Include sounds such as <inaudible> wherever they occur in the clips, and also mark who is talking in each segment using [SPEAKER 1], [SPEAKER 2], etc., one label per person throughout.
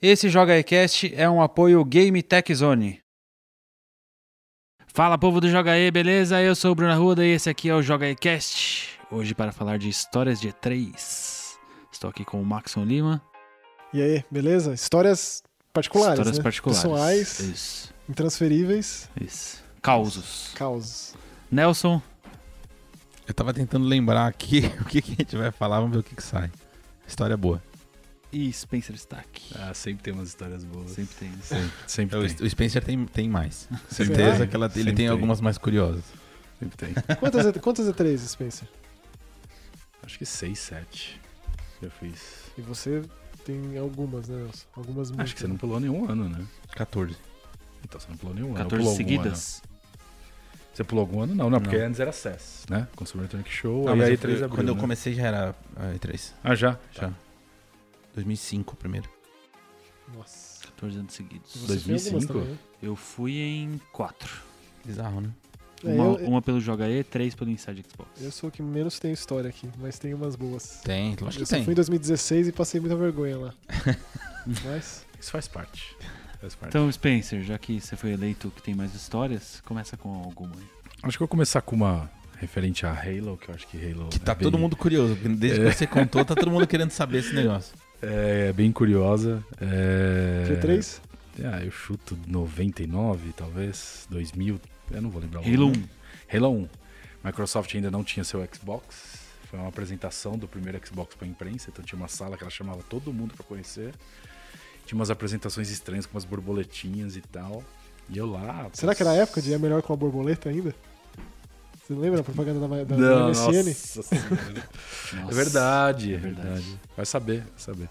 [SPEAKER 1] Esse Joga Ecast é um apoio Game Tech Zone. Fala povo do Joga E, beleza? Eu sou o Bruno Arruda e esse aqui é o Joga Ecast. Hoje para falar de histórias de E3. Estou aqui com o Maxon Lima.
[SPEAKER 2] E aí, beleza? Histórias particulares,
[SPEAKER 1] histórias
[SPEAKER 2] né?
[SPEAKER 1] particulares.
[SPEAKER 2] Pessoais,
[SPEAKER 1] Isso,
[SPEAKER 2] intransferíveis,
[SPEAKER 1] isso. Causos.
[SPEAKER 2] causos.
[SPEAKER 1] Nelson.
[SPEAKER 3] Eu tava tentando lembrar aqui <laughs> o que, que a gente vai falar, vamos ver o que, que sai. História boa.
[SPEAKER 1] E Spencer Stack.
[SPEAKER 4] Ah, sempre tem umas histórias boas.
[SPEAKER 1] Sempre tem
[SPEAKER 2] É
[SPEAKER 1] isso.
[SPEAKER 4] Sempre
[SPEAKER 3] É O
[SPEAKER 4] tem.
[SPEAKER 3] S- O Spencer tem, tem
[SPEAKER 4] <laughs>
[SPEAKER 3] mais.
[SPEAKER 4] Sempre
[SPEAKER 3] Certeza
[SPEAKER 4] tem.
[SPEAKER 3] que ela- ele
[SPEAKER 4] Sempre
[SPEAKER 3] tem, algumas mais curiosas.
[SPEAKER 4] Sempre tem.
[SPEAKER 2] Quantas, é- quantas é três, Spencer?
[SPEAKER 4] <laughs> Acho que 6, 7. Eu fiz.
[SPEAKER 2] E você tem algumas, né, Nelson? Algumas
[SPEAKER 4] Acho que você não
[SPEAKER 2] múltiplas.
[SPEAKER 4] pulou nenhum ano, né?
[SPEAKER 3] 14.
[SPEAKER 4] Então você não pulou nenhum ano. Eu
[SPEAKER 1] 14
[SPEAKER 4] pulou algum
[SPEAKER 1] seguidas.
[SPEAKER 4] ano. Você pulou algum ano? Não, não, porque
[SPEAKER 3] Não.
[SPEAKER 4] antes era SES, né? Consumer Electronic Show.
[SPEAKER 3] Não,
[SPEAKER 4] aí
[SPEAKER 3] mas
[SPEAKER 4] a
[SPEAKER 3] eu-
[SPEAKER 4] E3
[SPEAKER 3] eu-
[SPEAKER 4] abriu,
[SPEAKER 3] Quando eu
[SPEAKER 4] né?
[SPEAKER 3] comecei já era a E3.
[SPEAKER 4] Ah, já?
[SPEAKER 3] Já. 2005 primeiro.
[SPEAKER 2] né? Nossa.
[SPEAKER 1] 14 anos seguidos.
[SPEAKER 2] E você tem algumas
[SPEAKER 4] 2005?
[SPEAKER 2] também, né?
[SPEAKER 1] Eu fui em 4.
[SPEAKER 3] Bizarro, né?
[SPEAKER 2] É,
[SPEAKER 1] Uma,
[SPEAKER 2] eu,
[SPEAKER 1] uma pelo Joga E, 3 pelo Inside
[SPEAKER 4] um-
[SPEAKER 1] Xbox.
[SPEAKER 2] eu sou o que menos tem história aqui, mas tem umas boas.
[SPEAKER 3] Tem, lógico
[SPEAKER 2] eu
[SPEAKER 3] que
[SPEAKER 2] só
[SPEAKER 3] tem.
[SPEAKER 2] fui em 2016 e passei muita vergonha
[SPEAKER 4] <laughs>
[SPEAKER 2] lá. mas,
[SPEAKER 4] Isso faz parte. Faz parte.
[SPEAKER 1] Então, Spencer, já que você foi eleito que tem mais histórias, começa com alguma aí.
[SPEAKER 4] Acho que eu vou começar com uma referente a Halo, que eu acho que Halo.
[SPEAKER 3] Que
[SPEAKER 4] é
[SPEAKER 3] tá
[SPEAKER 4] bem-
[SPEAKER 3] todo mundo curioso. porque Desde
[SPEAKER 4] É. <laughs>
[SPEAKER 3] que você contou, tá todo mundo querendo saber esse negócio.
[SPEAKER 4] É bem curiosa. É...
[SPEAKER 2] que três?
[SPEAKER 4] Ah, eu chuto 99, talvez. 2000. Eu não vou lembrar o
[SPEAKER 1] Halo
[SPEAKER 3] um.
[SPEAKER 4] ano.
[SPEAKER 1] 1.
[SPEAKER 4] Halo 1. Microsoft ainda não tinha seu Xbox. Foi uma apresentação do primeiro Xbox para a imprensa, então tinha uma sala que ela chamava todo mundo para conhecer. Tinha umas apresentações estranhas com umas borboletinhas e tal. E eu lá.
[SPEAKER 2] Será que na época de é melhor com a borboleta ainda? Você lembra a propaganda da, ma- da, da
[SPEAKER 4] Não, nossa
[SPEAKER 2] MSN?
[SPEAKER 4] senhora.
[SPEAKER 1] Nossa.
[SPEAKER 4] É verdade, é
[SPEAKER 1] verdade.
[SPEAKER 4] verdade. Vai saber, vai saber.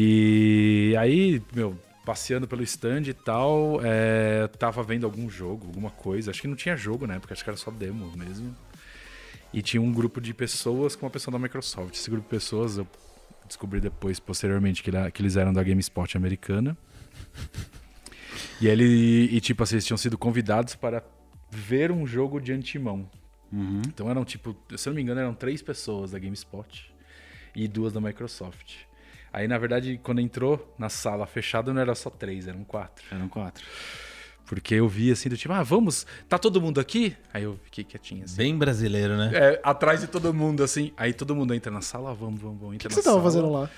[SPEAKER 4] E aí, meu, passeando pelo stand e tal, é, tava vendo algum jogo, alguma coisa. Acho que não tinha jogo na época, acho que era só demo mesmo. E tinha um grupo de pessoas com uma pessoa da Microsoft. Esse grupo de pessoas eu descobri depois, posteriormente, que, ele- que eles eram da GameSpot americana. E, ele, e, tipo assim, eles tinham sido convidados para ver um jogo de antimão.
[SPEAKER 1] Uhum.
[SPEAKER 4] Então eram tipo, se eu não me engano, eram três pessoas da GameSpot e duas da Microsoft. Aí, na verdade, quando entrou na sala fechada, não era só três, eram quatro.
[SPEAKER 1] Eram quatro.
[SPEAKER 4] Porque eu vi assim do tipo, ah, vamos, tá todo mundo aqui? Aí eu fiquei quietinho assim.
[SPEAKER 3] Bem brasileiro, né?
[SPEAKER 4] É, atrás de todo mundo, assim. Aí todo mundo entra na sala, vamos, vamos, vamos.
[SPEAKER 2] O que,
[SPEAKER 4] entra
[SPEAKER 2] que você
[SPEAKER 4] na
[SPEAKER 2] tava
[SPEAKER 4] sala.
[SPEAKER 2] fazendo lá?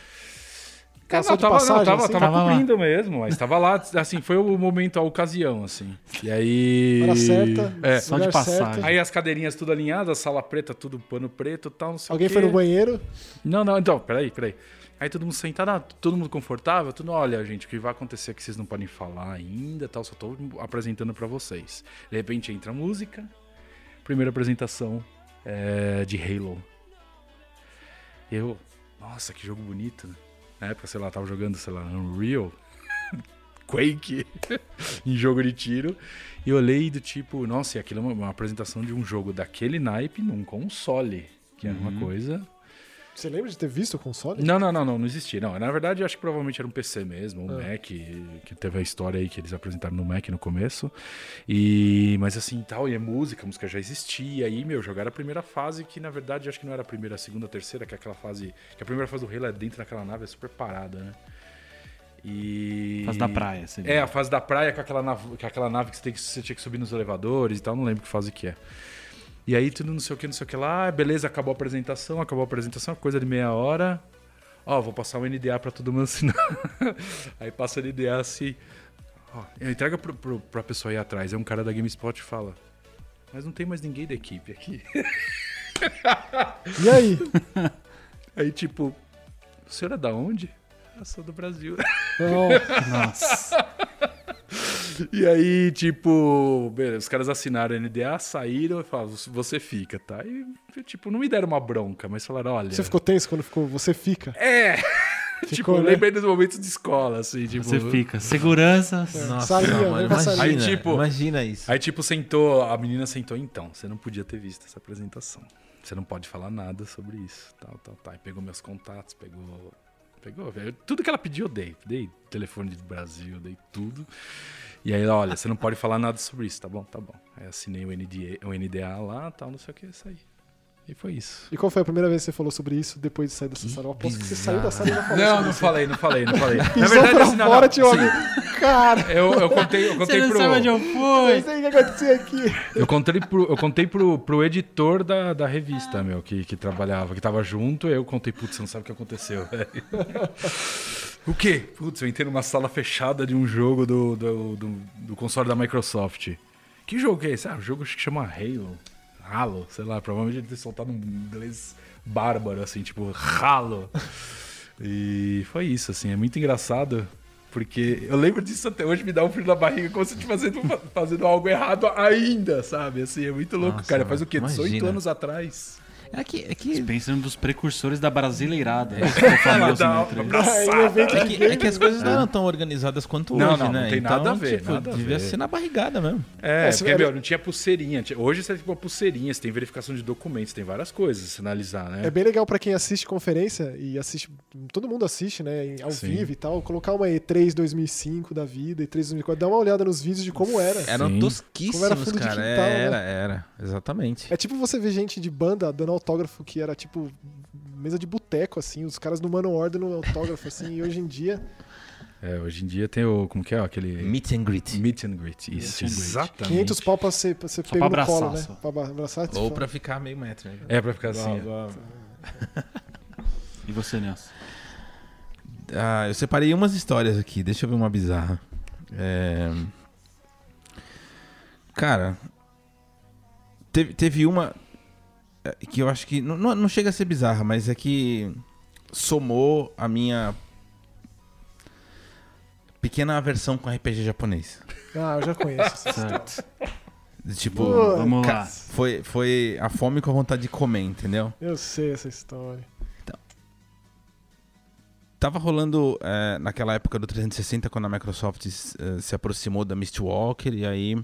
[SPEAKER 4] Cara,
[SPEAKER 2] Só
[SPEAKER 4] não,
[SPEAKER 2] de
[SPEAKER 4] tava,
[SPEAKER 2] passagem,
[SPEAKER 4] não, tava,
[SPEAKER 2] assim?
[SPEAKER 4] tava
[SPEAKER 1] Tava lá.
[SPEAKER 4] cobrindo mesmo, mas tava lá, assim, foi o momento, a ocasião, assim. E aí.
[SPEAKER 2] Hora certa,
[SPEAKER 4] É.
[SPEAKER 2] lugar
[SPEAKER 1] Só de passagem.
[SPEAKER 2] certo.
[SPEAKER 4] Aí as cadeirinhas tudo alinhadas, sala preta, tudo pano preto e tal, não sei
[SPEAKER 2] Alguém
[SPEAKER 4] o quê.
[SPEAKER 2] foi no banheiro?
[SPEAKER 4] Não, não, então, peraí, peraí. Aí todo mundo sentado, ah, todo mundo confortável, tudo, olha, gente, o que vai acontecer é que vocês não podem falar ainda, tal, só tô apresentando pra vocês. De repente entra a música, primeira apresentação é, de Halo. Eu, nossa, que jogo bonito, né? Na época, sei lá, tava jogando, sei lá, Unreal, <laughs> Quake, <laughs> em jogo de tiro, e eu olhei do tipo, nossa, e aquilo é uma, uma apresentação de um jogo daquele naipe num console, que era uma coisa
[SPEAKER 2] Você lembra de ter visto o console?
[SPEAKER 4] não, não, não, não, não existia. Não, na verdade, eu acho que provavelmente era um PC mesmo, um
[SPEAKER 2] Ah.
[SPEAKER 4] Mac, que teve a história aí que eles apresentaram no Mac no começo. E, mas assim, tal, e é música, a música já existia. E, meu, jogaram a primeira fase, que na verdade acho que não era a primeira, a segunda, a terceira, que é aquela fase. Que a primeira fase do Halo é dentro daquela nave, é super parada, né? E.
[SPEAKER 1] Faz da praia, você
[SPEAKER 4] É, a fase da praia com aquela nave, com aquela nave que, você, tem que você tinha que subir nos elevadores e tal, não lembro que fase que é. E aí tudo não sei o que, não sei o que lá, ah, beleza, acabou a apresentação, acabou a apresentação, coisa de meia hora. Ó, vou passar um o NDA pra todo mundo assinar. <laughs> aí passa o NDA assim. Ó, eu entrega pro, pro, pra pessoa aí atrás. É um cara da GameSpot e fala. Mas não tem mais ninguém da equipe aqui. <laughs>
[SPEAKER 2] E aí?
[SPEAKER 4] Aí, tipo, o senhor é da onde? Eu sou do Brasil.
[SPEAKER 2] Não.
[SPEAKER 1] Nossa.
[SPEAKER 4] E aí, tipo, beleza, os caras assinaram a NDA, saíram e falaram, você fica, tá? E, tipo, não me deram uma bronca, mas falaram, olha...
[SPEAKER 2] Você ficou tenso quando ficou. Você fica.
[SPEAKER 4] É! tipo,
[SPEAKER 2] Ficou,
[SPEAKER 4] eu
[SPEAKER 2] né?
[SPEAKER 4] lembrei dos momentos de escola, assim, tipo...
[SPEAKER 1] Você fica. Segurança.
[SPEAKER 4] É,
[SPEAKER 3] Nossa,
[SPEAKER 2] Saía,
[SPEAKER 3] não,
[SPEAKER 2] né?
[SPEAKER 3] mano,
[SPEAKER 2] Passaria.
[SPEAKER 3] imagina,
[SPEAKER 4] Aí, tipo-
[SPEAKER 3] imagina isso.
[SPEAKER 4] Aí, tipo, sentou, a menina sentou, então, você não podia ter visto essa apresentação. Você não pode falar nada sobre isso, tal, tal, tal. Aí pegou meus contatos, pegou... Pegou, velho. Tudo que ela pediu, eu dei. Dei telefone do Brasil, dei tudo. E aí, ela, olha, você não pode falar nada sobre isso, tá bom? Tá bom. Aí assinei o NDA, o NDA lá, tal, não sei o que, isso aí. E foi isso.
[SPEAKER 2] E qual foi a primeira vez que você falou sobre isso depois de sair dessa sala? Eu aposto que você saiu da sala e não falou
[SPEAKER 4] Não,
[SPEAKER 2] sobre
[SPEAKER 4] não
[SPEAKER 2] isso.
[SPEAKER 4] falei, não falei, não <laughs> falei. Na
[SPEAKER 2] Pisou
[SPEAKER 4] verdade,
[SPEAKER 2] pra
[SPEAKER 4] assim, não,
[SPEAKER 2] fora,
[SPEAKER 4] não,
[SPEAKER 2] tio
[SPEAKER 4] assim,
[SPEAKER 2] amigo. Cara,
[SPEAKER 4] eu, eu contei, eu
[SPEAKER 1] Você
[SPEAKER 4] contei
[SPEAKER 1] não sabe onde
[SPEAKER 4] pro.
[SPEAKER 1] eu
[SPEAKER 2] não
[SPEAKER 1] fui?
[SPEAKER 2] sei o que aconteceu aqui.
[SPEAKER 4] Eu contei pro, eu contei pro, pro editor da, da revista, meu, que, que trabalhava, que tava junto, eu contei, putz, você não sabe o que aconteceu. <laughs> velho. o quê? Putz, eu entrei numa sala fechada de um jogo do, do, do- do console da Microsoft. Que jogo que é esse? Ah, um jogo que chama Halo. Halo, sei lá, provavelmente ele ter soltado um inglês bárbaro, assim, tipo, Halo. E foi isso, assim, é muito engraçado. Porque eu lembro disso até hoje, me dá um frio na barriga, como se eu estivesse fazendo, <laughs> fa- fazendo algo errado ainda, sabe? Assim, é muito louco,
[SPEAKER 3] Nossa,
[SPEAKER 4] cara. Faz o quê?
[SPEAKER 3] imagina.
[SPEAKER 4] 18 anos atrás.
[SPEAKER 3] É que, é que,
[SPEAKER 1] Pensando um dos precursores da brasileirada. Isso que é famoso
[SPEAKER 4] Ah, Dá
[SPEAKER 1] no
[SPEAKER 4] uma
[SPEAKER 1] E3.
[SPEAKER 4] abraçada.
[SPEAKER 3] é que, é que as coisas não eram tão organizadas quanto
[SPEAKER 4] Não,
[SPEAKER 3] hoje,
[SPEAKER 4] não,
[SPEAKER 3] né?
[SPEAKER 4] não tem
[SPEAKER 3] então,
[SPEAKER 4] nada a ver,
[SPEAKER 3] Tipo,
[SPEAKER 4] nada a
[SPEAKER 3] devia
[SPEAKER 4] ver.
[SPEAKER 3] ser na barrigada mesmo.
[SPEAKER 4] É,
[SPEAKER 2] É, se
[SPEAKER 4] porque,
[SPEAKER 2] era-
[SPEAKER 4] meu, não tinha pulseirinha. Tinha- Hoje você tem uma pulseirinha, você tem verificação de documentos, tem várias coisas a se analisar, né?
[SPEAKER 2] É bem legal pra quem assiste conferência e assiste, todo mundo assiste, né, em- ao
[SPEAKER 4] Sim.
[SPEAKER 2] vivo e tal, colocar uma E3 2005 da vida, E3 2004, dá uma olhada nos vídeos de como era.
[SPEAKER 3] Eram
[SPEAKER 4] Sim.
[SPEAKER 3] tosquíssimos,
[SPEAKER 2] Como era fundo de
[SPEAKER 3] cara.
[SPEAKER 2] quintal, né?
[SPEAKER 3] era, era. Exatamente.
[SPEAKER 2] É tipo você ver gente de banda dando autógrafo que era tipo mesa de boteco, assim, os caras no Mano Order no autógrafo, assim, e hoje em dia.
[SPEAKER 4] É, hoje em dia tem o. Como que é? Aquele.
[SPEAKER 3] Meet and greet.
[SPEAKER 4] Meet and greet. Isso,
[SPEAKER 1] and greet.
[SPEAKER 4] exatamente.
[SPEAKER 2] 500 pau pra ser, pra ser
[SPEAKER 1] Só
[SPEAKER 2] pego
[SPEAKER 1] pra
[SPEAKER 2] no colo,
[SPEAKER 1] abraçar,
[SPEAKER 2] né?
[SPEAKER 1] só.
[SPEAKER 2] Pra abra- abraçar. tipo,
[SPEAKER 3] Ou pra ficar meio metro, né?
[SPEAKER 4] É, pra ficar assim. ó.
[SPEAKER 1] E você, Nelson?
[SPEAKER 3] Ah, eu separei umas histórias aqui. Deixa eu ver uma bizarra. É... Cara, teve, teve uma é, que eu acho que não, não não chega a ser bizarra, mas é que somou a minha pequena aversão com RPG japonês.
[SPEAKER 2] Ah, eu já conheço.
[SPEAKER 1] <laughs> Certo.
[SPEAKER 3] Tipo,
[SPEAKER 2] Pô,
[SPEAKER 1] Vamos lá.
[SPEAKER 2] cara,
[SPEAKER 3] foi, foi a fome com a vontade de comer, entendeu?
[SPEAKER 2] Eu sei essa história.
[SPEAKER 3] Tava rolando é, naquela época do 360, quando a Microsoft eh, se aproximou da Mistwalker, e aí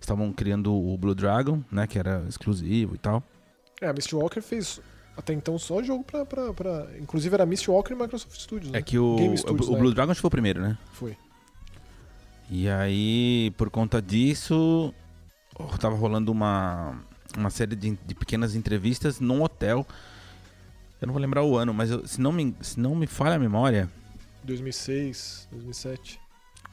[SPEAKER 3] estavam criando o Blue Dragon, né? Que era exclusivo e tal.
[SPEAKER 2] É, a Misty Walker fez até então só jogo pra. pra, pra- Inclusive era Misty Walker e Microsoft Studios.
[SPEAKER 3] É
[SPEAKER 2] né?
[SPEAKER 3] que o,
[SPEAKER 2] Game
[SPEAKER 3] o,
[SPEAKER 2] Studios,
[SPEAKER 3] o
[SPEAKER 2] né?
[SPEAKER 3] Blue Dragon acho que foi o primeiro, né?
[SPEAKER 2] Foi.
[SPEAKER 3] E aí, por conta disso, oh, tava rolando uma, uma série de, de pequenas entrevistas num hotel. Eu não vou lembrar o ano, mas eu- se, não me, se não me falha a memória,
[SPEAKER 2] 2006, 2007.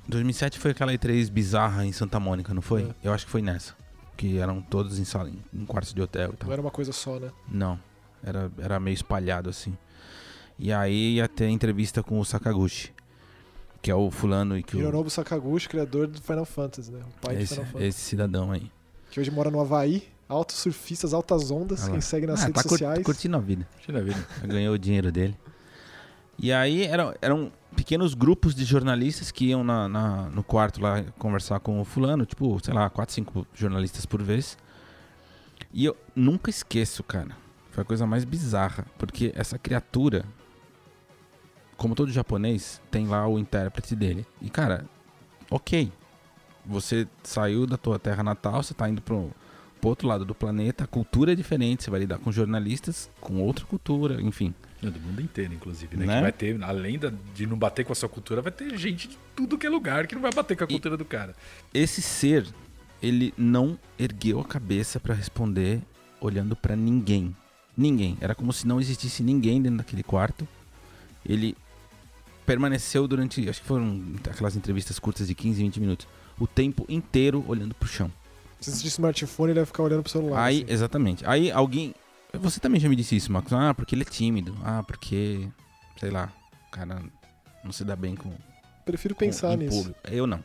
[SPEAKER 3] 2007 foi aquela E3 bizarra em Santa Mônica, não foi?
[SPEAKER 2] É.
[SPEAKER 3] Eu acho que foi nessa. Que eram todos em sala, em, em quartos de hotel e tal.
[SPEAKER 1] Tá.
[SPEAKER 2] Não era uma coisa só, né?
[SPEAKER 3] Não, era, era meio espalhado assim. E aí ia ter entrevista com o Sakaguchi, que é o fulano e que o,
[SPEAKER 2] Hironobu Sakaguchi, criador do Final Fantasy, né? O
[SPEAKER 1] É
[SPEAKER 2] pai
[SPEAKER 3] esse,
[SPEAKER 2] do Final Fantasy.
[SPEAKER 3] esse cidadão aí.
[SPEAKER 2] Que hoje mora no Havaí. Altos surfistas, altas ondas.
[SPEAKER 3] Ah lá.
[SPEAKER 2] Quem segue nas
[SPEAKER 3] Ah,
[SPEAKER 2] redes
[SPEAKER 3] tá cur-
[SPEAKER 2] sociais.
[SPEAKER 3] curtindo a vida.
[SPEAKER 4] Tira a vida.
[SPEAKER 3] Ganhou o dinheiro dele. E aí eram, eram pequenos grupos de jornalistas que iam na, na- no quarto lá conversar com o fulano, tipo, sei lá, quatro, cinco jornalistas por vez. E eu nunca esqueço, cara. Foi a coisa mais bizarra, porque essa criatura, como todo japonês, tem lá o intérprete dele. E, cara, ok. Você saiu da tua terra natal, você tá indo pro, pro outro lado do planeta, a cultura é diferente, você vai lidar com jornalistas, com outra cultura, enfim.
[SPEAKER 4] É, Do mundo inteiro, inclusive, né?
[SPEAKER 3] Né?
[SPEAKER 4] Que vai ter, além da- de não bater com a sua cultura, vai ter gente de tudo que é lugar que não vai bater com
[SPEAKER 3] E-
[SPEAKER 4] a cultura do cara.
[SPEAKER 3] Esse ser, ele não ergueu a cabeça pra responder olhando pra ninguém. Ninguém. Era como se não existisse ninguém dentro daquele quarto. Ele permaneceu durante, acho que foram aquelas entrevistas curtas de 15, 20 minutos, o tempo inteiro olhando pro chão.
[SPEAKER 2] Precisa de smartphone, ele vai ficar olhando pro celular.
[SPEAKER 3] Aí,
[SPEAKER 2] assim.
[SPEAKER 3] exatamente. Aí alguém. Você também já me disse isso, Marcos. Ah, porque ele é tímido. Ah, porque. Sei lá. O cara não se dá bem com.
[SPEAKER 2] Prefiro pensar
[SPEAKER 3] com, em
[SPEAKER 2] nisso.
[SPEAKER 3] público. Eu não.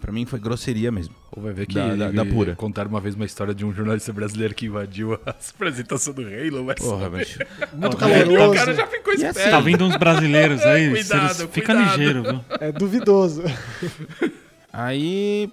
[SPEAKER 3] Pra mim foi grosseria mesmo.
[SPEAKER 4] Ou vai ver que
[SPEAKER 3] Da- da- da pura.
[SPEAKER 4] contaram uma vez uma história de um jornalista brasileiro que invadiu a <laughs> apresentação do Halo, mas
[SPEAKER 3] Porra, bicho.
[SPEAKER 1] Olha,
[SPEAKER 2] Muito
[SPEAKER 4] <laughs> o
[SPEAKER 2] caloroso.
[SPEAKER 4] cara já ficou
[SPEAKER 3] E
[SPEAKER 4] esperto.
[SPEAKER 3] assim,
[SPEAKER 1] Tá vindo uns brasileiros aí.
[SPEAKER 4] Cuidado,
[SPEAKER 1] vocês- Fica
[SPEAKER 4] cuidado.
[SPEAKER 1] ligeiro, viu?
[SPEAKER 2] É duvidoso. <laughs>
[SPEAKER 3] Aí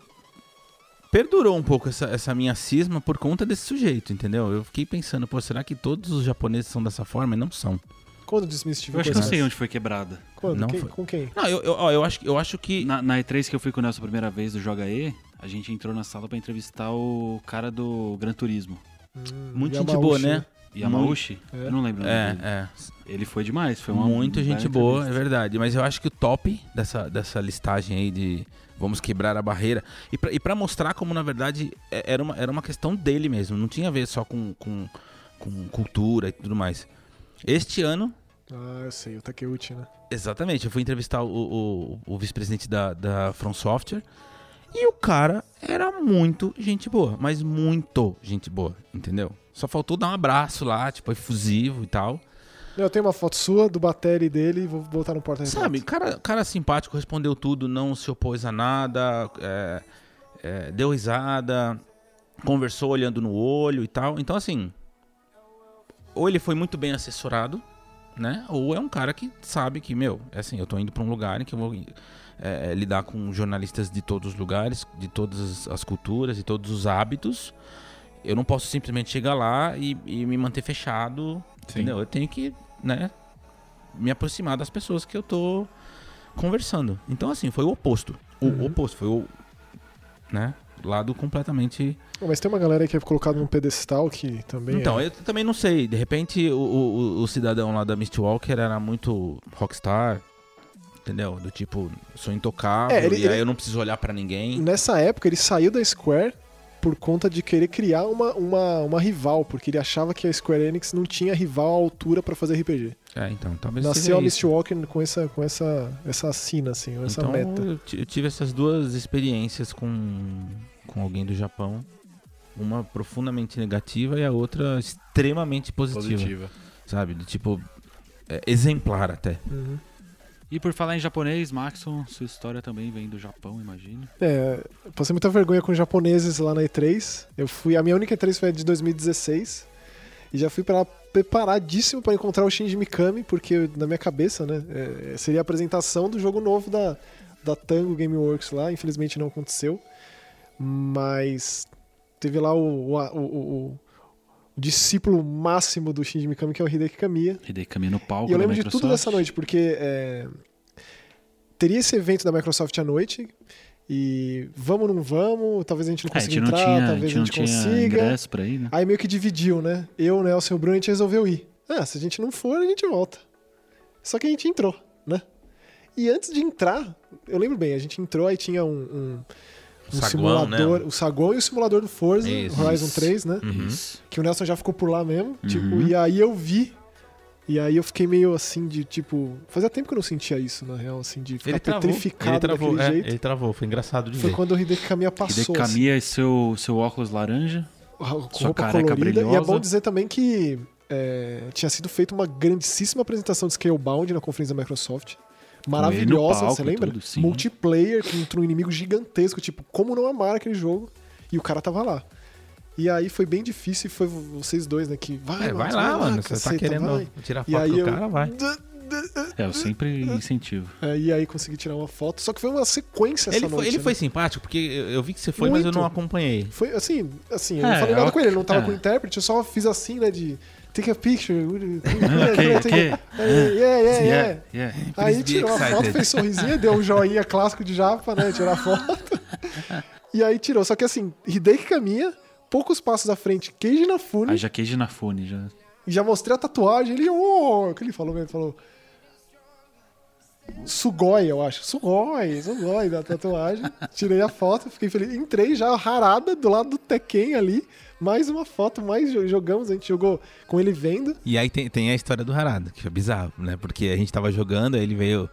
[SPEAKER 3] perdurou um pouco essa, essa minha cisma por conta desse sujeito, entendeu? Eu fiquei pensando, pô, será que todos os japoneses são dessa forma? E não são.
[SPEAKER 2] Quando
[SPEAKER 1] Eu
[SPEAKER 2] desmistificou
[SPEAKER 1] acho que eu
[SPEAKER 2] isso?
[SPEAKER 1] sei onde foi quebrada.
[SPEAKER 2] Quando?
[SPEAKER 3] Não
[SPEAKER 2] Quem-
[SPEAKER 3] foi.
[SPEAKER 2] Com quem?
[SPEAKER 3] Não, eu, eu, ó, eu acho, que- eu acho que...
[SPEAKER 1] Na, na E3 que eu fui com o Nelson a primeira vez do Joga E, a gente entrou na sala pra entrevistar o cara do Gran Turismo.
[SPEAKER 2] Hum,
[SPEAKER 3] Muito gente
[SPEAKER 2] Yamauchi,
[SPEAKER 3] boa, né?
[SPEAKER 1] Yamauchi?
[SPEAKER 2] É.
[SPEAKER 1] Eu não lembro. o nome dele.
[SPEAKER 3] É, é.
[SPEAKER 1] Ele foi demais. Foi uma
[SPEAKER 3] Muito
[SPEAKER 1] bela
[SPEAKER 3] gente boa, é
[SPEAKER 1] entrevista.
[SPEAKER 3] verdade. Mas eu acho que o top dessa, dessa listagem aí de vamos quebrar a barreira. E pra, e pra mostrar como, na verdade, é- era uma, era uma questão dele mesmo. Não tinha a ver só com, com, com cultura e tudo mais. Este ano,
[SPEAKER 2] Ah, eu sei, o Takeuchi, né?
[SPEAKER 3] exatamente, eu fui entrevistar o, o- o vice-presidente da, da From Software e o cara era muito gente boa, mas muito gente boa, entendeu? Só faltou dar um abraço lá, tipo, efusivo e tal.
[SPEAKER 2] Eu tenho uma foto sua, do Batelli dele, e vou botar no porta
[SPEAKER 3] Sabe, cara, cara simpático, respondeu tudo, não se opôs a nada, é, é, deu risada, conversou olhando no olho e tal. Então, assim, ou ele foi muito bem assessorado, né? Ou é um cara que sabe que, meu, é assim, eu tô indo pra um lugar em que eu vou é, lidar com jornalistas de todos os lugares, de todas as- as culturas e todos os hábitos. Eu não posso simplesmente chegar lá e, e me manter fechado,
[SPEAKER 4] Sim.
[SPEAKER 3] entendeu? Eu tenho que, né, me aproximar das pessoas que eu tô conversando. Então, assim, foi o oposto. O
[SPEAKER 2] Uhum.
[SPEAKER 3] oposto, foi o, né, lado completamente...
[SPEAKER 2] Mas tem uma galera aí que é colocada num pedestal que também.
[SPEAKER 3] Então,
[SPEAKER 2] é...
[SPEAKER 3] eu também não sei. De repente, o, o- o cidadão lá da Mistwalker era muito rockstar, entendeu? Do tipo, sou intocável,
[SPEAKER 2] É, ele-
[SPEAKER 3] e aí
[SPEAKER 2] ele-
[SPEAKER 3] eu não preciso olhar pra ninguém.
[SPEAKER 2] Nessa época, ele saiu da Square por conta de querer criar uma, uma, uma rival, porque ele achava que a Square Enix não tinha rival à altura pra fazer RPG.
[SPEAKER 3] É, então, talvez
[SPEAKER 2] Nasceu
[SPEAKER 3] seja
[SPEAKER 2] a
[SPEAKER 3] isso.
[SPEAKER 2] Mistwalker com essa, com essa, essa sina, assim, essa
[SPEAKER 3] então,
[SPEAKER 2] meta.
[SPEAKER 3] Eu, ti- eu tive essas duas experiências com, com alguém do Japão. Uma profundamente negativa e a outra extremamente positiva.
[SPEAKER 4] Positiva.
[SPEAKER 3] Sabe? Do tipo. é, exemplar até.
[SPEAKER 2] Uhum.
[SPEAKER 1] E por falar em japonês, Maxon, sua história também vem do Japão, imagino.
[SPEAKER 2] É, eu passei muita vergonha com os japoneses lá na E3. Eu fui, a minha única E3 foi a de 2016 e já fui pra lá preparadíssimo pra encontrar o Shinji Mikami, porque eu- na minha cabeça, né, é, seria a apresentação do jogo novo da da Tango Gameworks lá, infelizmente não aconteceu. Mas teve lá o, o, o- o- o discípulo máximo do Shinji Mikami, que é o Hideki Kamiya,
[SPEAKER 1] Hideki Kamiya no palco
[SPEAKER 2] e eu
[SPEAKER 1] da
[SPEAKER 2] lembro de
[SPEAKER 1] Microsoft.
[SPEAKER 2] tudo dessa noite, porque é, teria esse evento da Microsoft à noite. E vamos ou não vamos, talvez a gente não
[SPEAKER 1] É, a gente
[SPEAKER 2] consiga
[SPEAKER 1] não
[SPEAKER 2] entrar,
[SPEAKER 1] tinha, a
[SPEAKER 2] talvez
[SPEAKER 1] gente não tinha
[SPEAKER 2] consiga.
[SPEAKER 1] ingresso pra ir, né?
[SPEAKER 2] Aí meio que dividiu, né? Eu, o Nelson e o Bruno, a gente resolveu ir. Ah, se a gente não for, a gente volta. Só que a gente entrou, né? E antes de entrar, eu lembro bem, a gente entrou e tinha um, um- um
[SPEAKER 3] Saguão, né?
[SPEAKER 2] simulador, o saguão e o simulador do Forza
[SPEAKER 3] Isso.
[SPEAKER 2] Horizon 3, né?
[SPEAKER 3] Uhum.
[SPEAKER 1] Isso.
[SPEAKER 2] que o Nelson já ficou por lá mesmo. Tipo,
[SPEAKER 1] Uhum.
[SPEAKER 2] e aí eu vi. E aí eu fiquei meio assim de tipo. Fazia tempo que eu não sentia isso, na real, assim, de ficar
[SPEAKER 3] Ele travou.
[SPEAKER 2] petrificado
[SPEAKER 3] Ele travou,
[SPEAKER 2] daquele
[SPEAKER 3] é,
[SPEAKER 2] jeito.
[SPEAKER 3] ele travou. Foi engraçado de
[SPEAKER 2] Foi
[SPEAKER 3] ver.
[SPEAKER 2] quando o Hideki Kamiya passou,
[SPEAKER 1] Hideki
[SPEAKER 2] assim,
[SPEAKER 1] Kamiya e seu, seu óculos laranja.
[SPEAKER 2] com
[SPEAKER 1] sua
[SPEAKER 2] roupa
[SPEAKER 1] careca
[SPEAKER 2] colorida. E é
[SPEAKER 1] brilhosa.
[SPEAKER 2] bom dizer também que é, tinha sido feita uma grandíssima apresentação de Scalebound na conferência da Microsoft. Maravilhosa,
[SPEAKER 1] palco
[SPEAKER 2] você
[SPEAKER 1] e
[SPEAKER 2] lembra?
[SPEAKER 1] tudo, sim.
[SPEAKER 2] Multiplayer contra um inimigo gigantesco, tipo, como não amar aquele jogo? E o cara tava lá. E aí foi bem difícil e foi vocês dois, né? Que vai,
[SPEAKER 3] É, vai
[SPEAKER 2] Max,
[SPEAKER 3] lá, mano. Você tá
[SPEAKER 2] caceta,
[SPEAKER 3] querendo
[SPEAKER 2] vai.
[SPEAKER 3] tirar
[SPEAKER 2] E
[SPEAKER 3] foto
[SPEAKER 2] aí
[SPEAKER 3] do
[SPEAKER 2] eu-
[SPEAKER 3] cara, vai.
[SPEAKER 1] É, eu sempre
[SPEAKER 2] <laughs>
[SPEAKER 1] incentivo.
[SPEAKER 2] É, e aí consegui tirar uma foto. Só que foi uma sequência essa
[SPEAKER 3] Ele, foi,
[SPEAKER 2] noite.
[SPEAKER 3] ele
[SPEAKER 2] né?
[SPEAKER 3] foi simpático, porque eu, eu vi que você foi, mas eu
[SPEAKER 2] Muito.
[SPEAKER 3] não acompanhei.
[SPEAKER 2] Foi, assim, assim, eu
[SPEAKER 1] É,
[SPEAKER 2] não falei nada
[SPEAKER 1] ok,
[SPEAKER 2] com ele, ele não tava
[SPEAKER 1] é.
[SPEAKER 2] com intérprete, eu só fiz assim, né, de take a picture. uh,
[SPEAKER 1] Ah, ok, ok. é.
[SPEAKER 2] Yeah, yeah, yeah.
[SPEAKER 1] Yeah, yeah.
[SPEAKER 2] Aí
[SPEAKER 3] Please be
[SPEAKER 2] tirou a foto,
[SPEAKER 3] excited.
[SPEAKER 2] fez sorrisinho, deu
[SPEAKER 1] <laughs>
[SPEAKER 2] um joinha clássico de japa, né, tirar a foto. E aí tirou, só que assim, Hideki caminha, poucos passos à frente, Keiji Nafune,
[SPEAKER 1] Aí já queijo na fone, já.
[SPEAKER 2] e já mostrei a tatuagem, ele, oh, o que ele falou mesmo, ele falou... Sugoi, eu acho. Sugoi, sugoi da tatuagem. <laughs> Tirei a foto, fiquei feliz. Entrei já rarada do lado do Tekken ali. Mais uma foto, mais jo- jogamos. A gente jogou com ele vendo.
[SPEAKER 3] E aí tem, tem a história do Harada, que é bizarro, né? Porque a gente tava jogando, aí ele veio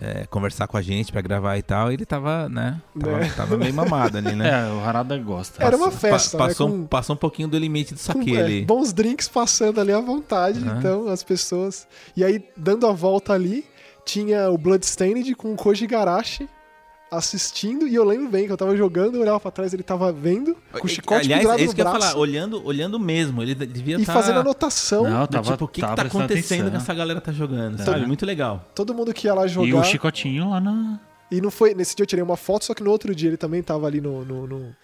[SPEAKER 3] é, conversar com a gente pra gravar e tal, e ele tava, né? Tava,
[SPEAKER 2] Né?
[SPEAKER 3] tava meio mamado ali,
[SPEAKER 2] <laughs>
[SPEAKER 3] né?
[SPEAKER 1] É, o Harada gosta.
[SPEAKER 2] Era uma
[SPEAKER 3] Pa-
[SPEAKER 2] festa, né?
[SPEAKER 3] passou, um-
[SPEAKER 2] Com-
[SPEAKER 3] passou um pouquinho do limite do
[SPEAKER 2] Com, <laughs>
[SPEAKER 3] saque
[SPEAKER 2] é,
[SPEAKER 3] ali.
[SPEAKER 2] bons drinks passando ali à vontade.
[SPEAKER 3] Aham.
[SPEAKER 2] Então, as pessoas. E aí, dando a volta ali, tinha o Bloodstained com o Koji Garashi assistindo. E eu lembro bem que eu tava jogando, eu olhava pra trás, ele tava vendo, com o chicote
[SPEAKER 3] Aliás,
[SPEAKER 2] pendurado
[SPEAKER 3] é isso
[SPEAKER 2] no
[SPEAKER 3] que eu ia
[SPEAKER 2] braço.
[SPEAKER 3] falar, olhando, olhando mesmo, ele de- devia
[SPEAKER 2] E
[SPEAKER 3] tá-
[SPEAKER 2] fazendo anotação.
[SPEAKER 1] Não,
[SPEAKER 3] do
[SPEAKER 1] tava,
[SPEAKER 3] tipo, o que,
[SPEAKER 1] tava
[SPEAKER 3] que tá
[SPEAKER 1] prestando
[SPEAKER 3] acontecendo que
[SPEAKER 1] atenção. né?
[SPEAKER 3] essa galera tá jogando,
[SPEAKER 1] É.
[SPEAKER 3] sabe? Muito legal.
[SPEAKER 2] Todo mundo que ia lá jogar.
[SPEAKER 1] E o chicotinho lá na.
[SPEAKER 2] E não foi. Nesse dia eu tirei uma foto, só que no outro dia ele também tava ali no. no, no-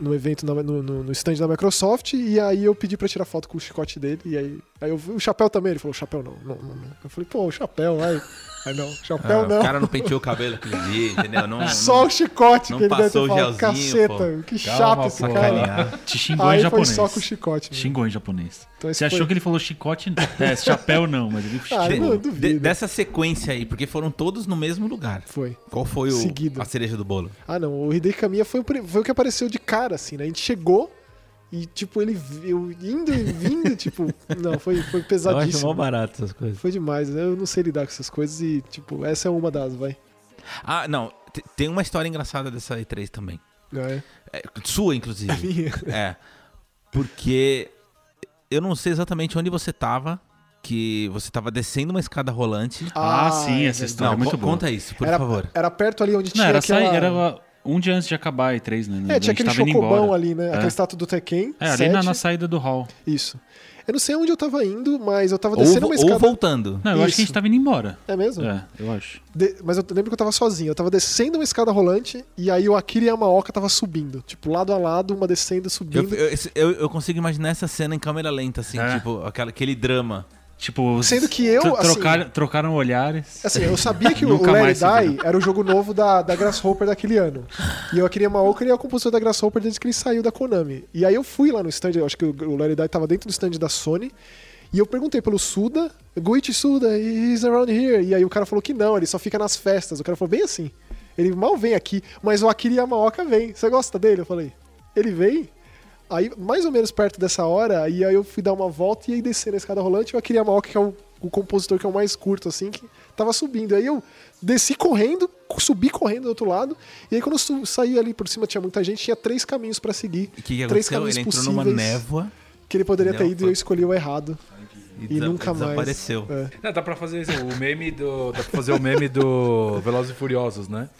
[SPEAKER 2] no evento, na- no, no, no stand da Microsoft, e aí eu pedi pra tirar foto com o chicote dele, e aí, aí eu vi o chapéu também, ele falou, chapéu não, não, não, não. Eu falei, pô, o chapéu, vai. Aí não, chapéu
[SPEAKER 3] Ah,
[SPEAKER 2] não,
[SPEAKER 3] O cara não penteou o cabelo aquele dia, entendeu?
[SPEAKER 2] <laughs>
[SPEAKER 3] Não, <laughs>
[SPEAKER 2] só o chicote
[SPEAKER 3] não
[SPEAKER 2] que ele deve
[SPEAKER 3] passou
[SPEAKER 2] ter
[SPEAKER 3] o
[SPEAKER 2] falado,
[SPEAKER 3] gelzinho,
[SPEAKER 2] caceta, que chato esse
[SPEAKER 3] não,
[SPEAKER 2] cara.
[SPEAKER 3] sacanear.
[SPEAKER 1] Te xingou
[SPEAKER 2] Aí
[SPEAKER 1] em
[SPEAKER 2] foi
[SPEAKER 1] japonês.
[SPEAKER 2] só com o chicote. né?
[SPEAKER 1] Xingou em japonês.
[SPEAKER 2] Então esse
[SPEAKER 1] Você achou
[SPEAKER 2] foi-
[SPEAKER 1] que ele falou chicote? É, chapéu não, mas ele
[SPEAKER 2] <laughs> Ah,
[SPEAKER 3] De-
[SPEAKER 1] xingou.
[SPEAKER 2] não, eu duvido.
[SPEAKER 3] de- dessa sequência aí, porque foram todos no mesmo lugar.
[SPEAKER 2] Foi.
[SPEAKER 3] Qual foi o,
[SPEAKER 2] Seguido.
[SPEAKER 3] a cereja do bolo?
[SPEAKER 2] Ah, não. O Hideki Kamiya foi o, pri- foi o que apareceu de cara, assim, né? A gente chegou E, tipo, ele vi- eu indo e vindo, <laughs> tipo, não, foi, foi
[SPEAKER 3] Eu acho mó
[SPEAKER 2] pesadíssimo.
[SPEAKER 3] barato essas coisas.
[SPEAKER 2] Foi demais, né? Eu não sei lidar com essas coisas e, tipo, essa é uma das, vai.
[SPEAKER 3] Ah, não. te- Tem uma história engraçada dessa E3 também.
[SPEAKER 2] Não é?
[SPEAKER 3] É, sua, inclusive.
[SPEAKER 2] <laughs> Minha.
[SPEAKER 3] É. Porque eu não sei exatamente onde você tava, que você tava descendo uma escada rolante.
[SPEAKER 1] Ah, sim,
[SPEAKER 2] é
[SPEAKER 1] essa
[SPEAKER 2] verdade.
[SPEAKER 1] história é
[SPEAKER 3] Não,
[SPEAKER 1] muito
[SPEAKER 3] co-
[SPEAKER 1] boa.
[SPEAKER 3] conta isso, por
[SPEAKER 2] era,
[SPEAKER 3] favor.
[SPEAKER 2] Era perto ali onde
[SPEAKER 1] Não,
[SPEAKER 2] tinha
[SPEAKER 1] era,
[SPEAKER 2] aquela...
[SPEAKER 1] sair, era um dia antes de acabar a E3, né?
[SPEAKER 2] É, tinha
[SPEAKER 1] a gente
[SPEAKER 2] aquele
[SPEAKER 1] tava indo
[SPEAKER 2] chocobão
[SPEAKER 1] embora.
[SPEAKER 2] ali, né? Aquela
[SPEAKER 1] É.
[SPEAKER 2] estátua do Tekken.
[SPEAKER 1] É, ali na,
[SPEAKER 2] sete.
[SPEAKER 1] na saída do hall.
[SPEAKER 2] Isso. Eu não sei onde eu tava indo, mas eu tava
[SPEAKER 3] Ou,
[SPEAKER 2] descendo
[SPEAKER 3] vo-
[SPEAKER 2] uma
[SPEAKER 3] ou
[SPEAKER 2] escada.
[SPEAKER 3] voltando.
[SPEAKER 1] Não, eu acho que a
[SPEAKER 2] Isso.
[SPEAKER 1] gente tava indo embora.
[SPEAKER 2] É mesmo?
[SPEAKER 1] É, eu acho.
[SPEAKER 2] De- Mas eu lembro que eu tava sozinho. Eu tava descendo uma escada rolante e aí o Akira e a Maoka tava subindo. Tipo, lado a lado, uma descendo,
[SPEAKER 3] Eu,
[SPEAKER 2] subindo.
[SPEAKER 3] eu, esse- eu, eu consigo imaginar essa cena em câmera lenta, assim,
[SPEAKER 1] É.
[SPEAKER 3] tipo, aquela- aquele drama.
[SPEAKER 1] Tipo, os-
[SPEAKER 2] Sendo que eu,
[SPEAKER 1] tro-
[SPEAKER 2] assim-
[SPEAKER 1] trocaram, trocaram olhares.
[SPEAKER 2] Assim, eu sabia
[SPEAKER 1] <laughs>
[SPEAKER 2] que o
[SPEAKER 1] Nunca
[SPEAKER 2] Larry
[SPEAKER 1] mais se
[SPEAKER 2] Die era o jogo novo da, da Grasshopper daquele ano. E eu queria Maoka, ele é o compositor da Grasshopper desde que ele saiu da Konami. E aí eu fui lá no stand, eu acho que o o Larry Die tava dentro do stand da Sony, e eu perguntei pelo Suda, Goichi Suda, he's around here. E aí o cara falou que não, ele só fica nas festas. O cara falou bem assim. Ele mal vem aqui, mas o Akira Yamaoka vem. Você gosta dele? Eu falei, ele vem? Aí, mais ou menos perto dessa hora, e aí eu fui dar uma volta e aí descer na escada rolante, eu queria a Maoka, que é o, o compositor que é o mais curto, assim, que tava subindo. Aí eu desci correndo, subi correndo do outro lado, e aí quando eu su- saí ali por cima, tinha muita gente, tinha três caminhos pra seguir.
[SPEAKER 3] E o que, que
[SPEAKER 2] três
[SPEAKER 3] aconteceu?
[SPEAKER 2] caminhos
[SPEAKER 3] Ele entrou
[SPEAKER 2] possíveis
[SPEAKER 3] numa névoa
[SPEAKER 2] que ele poderia ter
[SPEAKER 3] Não,
[SPEAKER 2] ido e
[SPEAKER 3] foi-
[SPEAKER 2] eu escolhi o errado.
[SPEAKER 3] e,
[SPEAKER 2] E
[SPEAKER 3] desa-
[SPEAKER 2] nunca mais.
[SPEAKER 3] desapareceu.
[SPEAKER 2] É.
[SPEAKER 4] Não, dá pra fazer esse- o meme do. Dá pra fazer o meme do Velozes e Furiosos, né?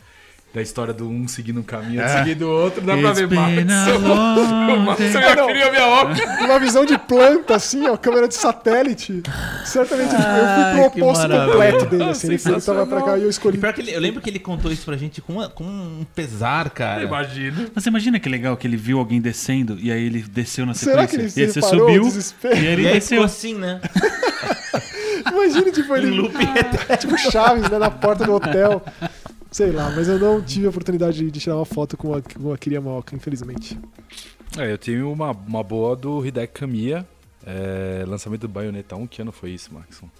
[SPEAKER 4] Da história do um seguindo um caminho, outro seguindo o outro, dá pra
[SPEAKER 1] It's
[SPEAKER 4] ver
[SPEAKER 1] been
[SPEAKER 2] <laughs>
[SPEAKER 4] <laughs>
[SPEAKER 1] a
[SPEAKER 4] Max.
[SPEAKER 1] long
[SPEAKER 4] Max,
[SPEAKER 1] day.
[SPEAKER 4] eu queria minha obra.
[SPEAKER 2] Uma visão de planta, assim, ó, câmera de satélite. Certamente eu
[SPEAKER 3] Ai,
[SPEAKER 2] fui
[SPEAKER 3] que
[SPEAKER 2] pro oposto
[SPEAKER 3] maravilha.
[SPEAKER 2] completo dele, assim. Ele foi- tava
[SPEAKER 4] Sensacional.
[SPEAKER 2] pra cá e eu
[SPEAKER 3] E
[SPEAKER 2] escolhi.
[SPEAKER 3] pior que ele- eu lembro que ele contou isso pra gente com, uma- com um pesar, cara.
[SPEAKER 4] Imagina.
[SPEAKER 1] Mas imagina que legal que ele viu alguém descendo e aí ele desceu na
[SPEAKER 2] Será
[SPEAKER 1] sequência.
[SPEAKER 2] que ele se
[SPEAKER 1] e aí você
[SPEAKER 2] reparou
[SPEAKER 1] subiu
[SPEAKER 2] o
[SPEAKER 1] e
[SPEAKER 2] desespero?
[SPEAKER 1] aí ele
[SPEAKER 3] E aí
[SPEAKER 1] desceu.
[SPEAKER 3] ficou assim, né?
[SPEAKER 2] Imagina, tipo, ele. <laughs> tipo Chaves, né, na porta do hotel. Sei lá, mas eu não tive a oportunidade de- de tirar uma foto com a, com a Kiria Maoka, infelizmente.
[SPEAKER 4] <laughs> É, eu tive uma, uma boa do Hideki Kamiya. é, lançamento do Bayonetta 1, que ano foi isso, Maxon?